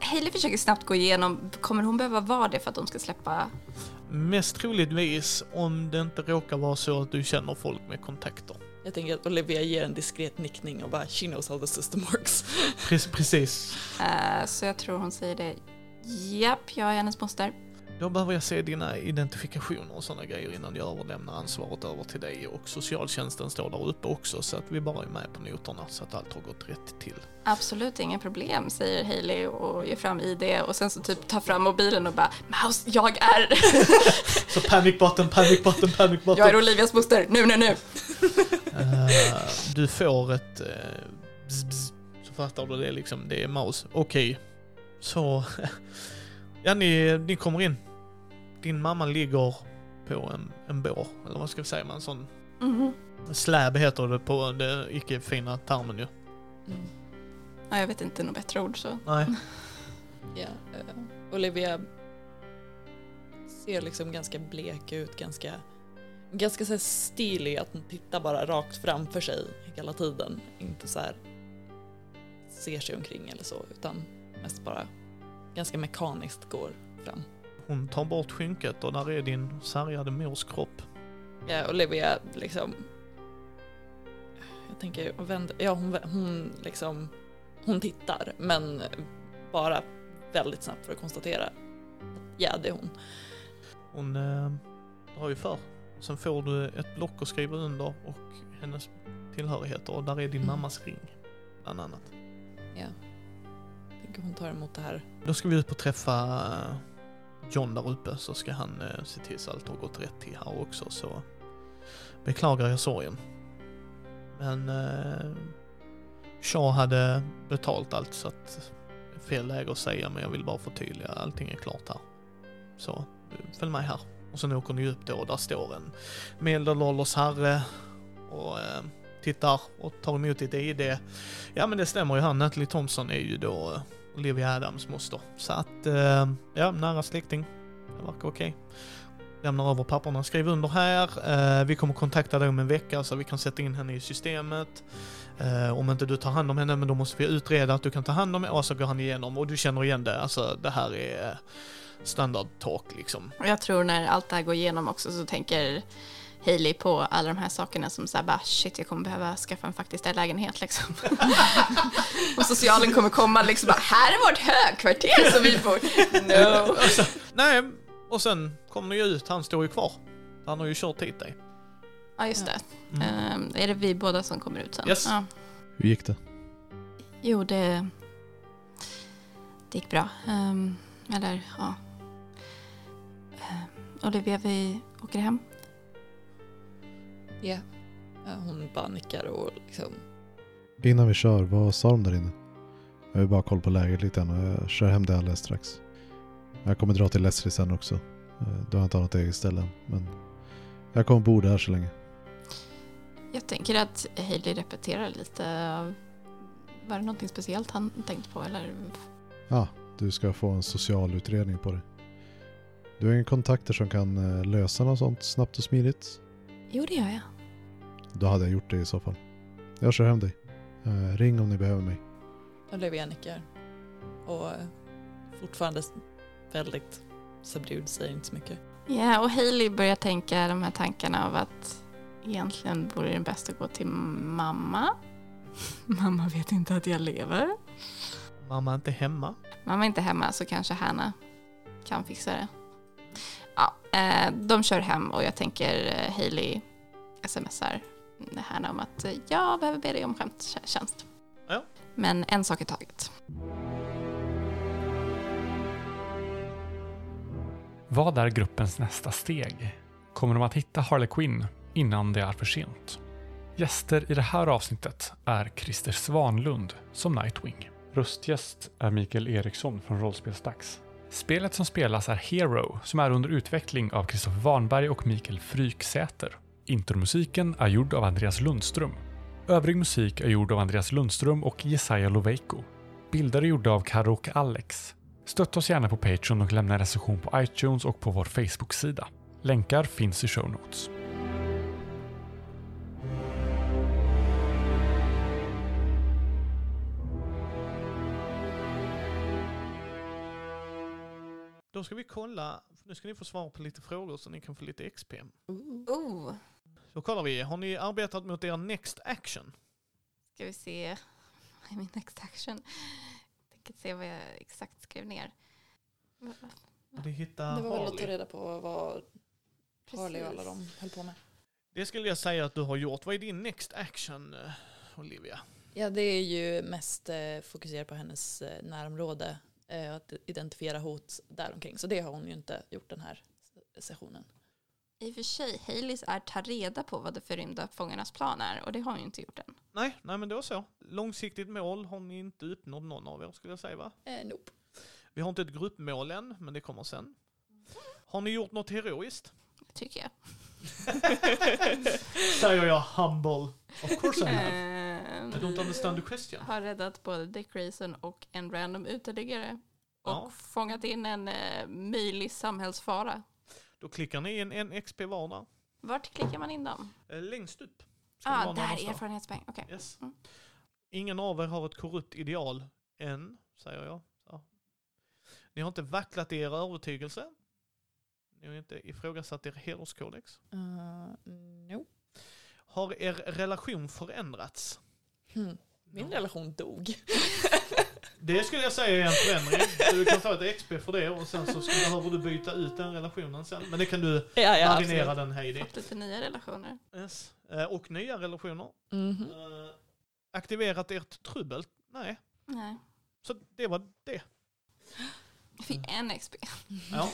D: Hailey försöker snabbt gå igenom, kommer hon behöva vara det för att de ska släppa?
B: Mest troligtvis om det inte råkar vara så att du känner folk med kontakter.
E: Jag tänker att Olivia ger en diskret nickning och bara “She knows how the system works”.
B: Pre- Precis.
D: Eh, så jag tror hon säger det. Japp, jag är hennes moster.
B: Då behöver jag se dina identifikationer och sådana grejer innan jag överlämnar ansvaret över till dig och socialtjänsten står där uppe också så att vi bara är med på noterna så att allt har gått rätt till.
D: Absolut inga problem, säger Hailey och ger fram ID och sen så typ tar fram mobilen och bara Mouse, jag är,
B: Så panic button, panic button, panic button.
D: jag är Olivias moster, nu, nu, nu.
B: Eh, du får ett... eh, bzz, bzz, så fattar du det liksom, det är mouse. Okej. Så... ja, ni, ni kommer in. Din mamma ligger på en, en bår, eller vad ska vi säga, en sån
D: Mhm.
B: släb heter det på den icke-fina termen ju.
E: Mm.
D: Ja, jag vet inte något bättre ord så.
B: Nej.
E: Ja, eh, Olivia ser liksom ganska blek ut, ganska, ganska så här stilig, att hon tittar bara rakt framför sig hela tiden. Inte så här ser sig omkring eller så, utan mest bara ganska mekaniskt går fram.
B: Hon tar bort skynket och där är din sargade mors kropp.
E: Ja, Olivia liksom... Jag tänker, hon vänder, ja hon, vä- hon liksom... Hon tittar, men bara väldigt snabbt för att konstatera. Ja, det är hon.
B: Hon eh, drar ju för. Sen får du ett block att skriva under och hennes tillhörigheter och där är din
E: Mm.
B: mammas ring. Bland annat.
E: Jag tänker hon tar emot det här.
B: Då ska vi ut och träffa eh, John där uppe så ska han eh, se till så allt har gått rätt till här också så beklagar jag sorgen. Men eh, Shaw hade betalt allt så att fel läge att säga men jag vill bara förtydliga allting är klart här. Så eh, följ med här. Och sen åker ni upp då och där står en medelålders herre och eh, tittar och tar emot ditt ID. Ja men det stämmer ju här, Natalie Thompson är ju då eh, Olivia Adams moster. Så att, eh, ja, nära släkting. Det verkar okej. Lämnar över papperna. Skriv under här. Eh, vi kommer kontakta dig om en vecka så vi kan sätta in henne i systemet. Eh, om inte du tar hand om henne, men då måste vi utreda att du kan ta hand om henne. Och så går han igenom och du känner igen det. Alltså, det här är eh, standard talk liksom.
D: Och jag tror när allt det här går igenom också så tänker Hailey på alla de här sakerna som såhär bara shit jag kommer behöva skaffa en faktisk lägenhet liksom. och socialen kommer komma liksom bara här är vårt högkvarter som vi bor. No.
B: Alltså, nej, och sen kommer ni ut. Han står ju kvar. Han har ju kört hit dig.
D: Ja just det.
B: Mm.
D: Ehm, är det vi båda som kommer ut sen?
B: Yes.
D: Ja.
C: Hur gick det?
D: Jo det, det gick bra. Ehm, eller ja. Ehm, Olivia vi åker hem.
E: Ja. Eh, Hon bara nickar och liksom...
C: Innan vi kör, vad sa de där inne? Jag vill bara ha koll på läget lite grann och jag kör hem det alldeles strax. Jag kommer dra till Leslie sen också. Eh, Du har inte annat eget ställe än, men jag kommer bo där så länge.
D: Jag tänker att Hailey repeterar lite. av- Var det någonting speciellt han tänkt på eller?
C: Ja, du ska få en social utredning på dig. Du har inga kontakter som kan eh, lösa något sånt snabbt och smidigt?
D: Jo det gör jag.
C: Då hade jag gjort det i så fall. Jag kör hem dig. Eh, Ring om ni behöver mig.
E: Olivia nickar. Och eh, fortfarande väldigt subdued, säger inte så mycket.
D: Ja och Hailey börjar tänka de här tankarna av att egentligen vore det bäst att gå till mamma. mamma vet inte att jag lever.
B: Mamma är inte hemma.
D: Mamma är inte hemma så kanske Hanna kan fixa det. Ja, eh, de kör hem och jag tänker eh, Hailey smsar Hanna om att eh, jag behöver be dig om skämttjänst.
B: Ja.
D: Men en sak i taget.
A: Vad är gruppens nästa steg? Kommer de att hitta Harley Quinn innan det är för sent? Gäster i det här avsnittet är Christer Svanlund som Nightwing. Röstgäst är Mikael Eriksson från Rollspelsdags. Spelet som spelas är Hero som är under utveckling av Kristoffer Warnberg och Mikael Fryksäter. Intromusiken är gjord av Andreas Lundström. Övrig musik är gjord av Andreas Lundström och Jesaja Loveiko. Bilder är gjorda av Karo och Alex. Stötta oss gärna på Patreon och lämna en recension på iTunes och på vår Facebook-sida. Länkar finns i show notes.
B: Då ska vi kolla, nu ska ni få svar på lite frågor så ni kan få lite XP.
D: Oh,
B: Då kollar vi, har ni arbetat mot er next action?
D: Ska vi se. I min next action. Jag tänker se vad jag exakt skrev ner. Va- va-
B: Och Det hittar
E: Det var väl att ta
B: Harley.
E: reda på vad Harley och alla
D: precis.
E: de höll på med.
B: Det skulle jag säga att du har gjort. Vad är din next action, eh, Olivia?
E: Ja, det är ju mest eh, fokuserat på hennes eh, närområde. Eh, att identifiera hot däromkring. Så det har hon ju inte gjort den här sessionen.
D: I och för sig, Haileys är ta reda på vad de förrymda fångarnas plan är och det har hon ju inte gjort än.
B: Nej, nej men då så. Långsiktigt mål har ni inte uppnått någon av er skulle jag säga va?
E: Eh, nope.
B: Vi har inte ett gruppmål än, men det kommer sen. Har ni gjort något heroiskt?
D: Tycker jag.
B: Säger jag humble. Of course I
E: Eh.
B: have. I
D: Ehm,
B: don't understand the question.
D: har räddat både Dick Grayson och en random uteliggare. Och
B: Ja.
D: fångat in en eh, möjlig samhällsfara.
B: Då klickar ni in en XP var där.
D: Vart klickar man in dem?
B: Eh, Längst upp. Ska det
D: Ah,
B: vara någonstans.
D: där, erfarenhetspoäng. Okej.
B: Yes.
D: Mm.
B: Ingen av er har ett korrupt ideal än, säger jag. Så. Ni har inte vacklat i er övertygelse. Ni har inte ifrågasatt er hederskodex.
E: Eh, nope.
B: Har er relation förändrats?
E: Hmm. Min relation dog.
B: Det skulle jag säga är en förändring. Du kan ta ett XP för det och sen så ska- behöver du byta ut den relationen sen. Men det kan du
E: ja, ja,
B: marinera
E: absolut.
B: den Heidi.
D: Fått lite nya relationer.
B: Yes. Eh, Och nya relationer.
E: Mhm.
B: Eh, Aktiverat ert trubbel? Nej.
D: Nej.
B: Så det var det. Mm.
D: Jag fick en XP.
B: Ja.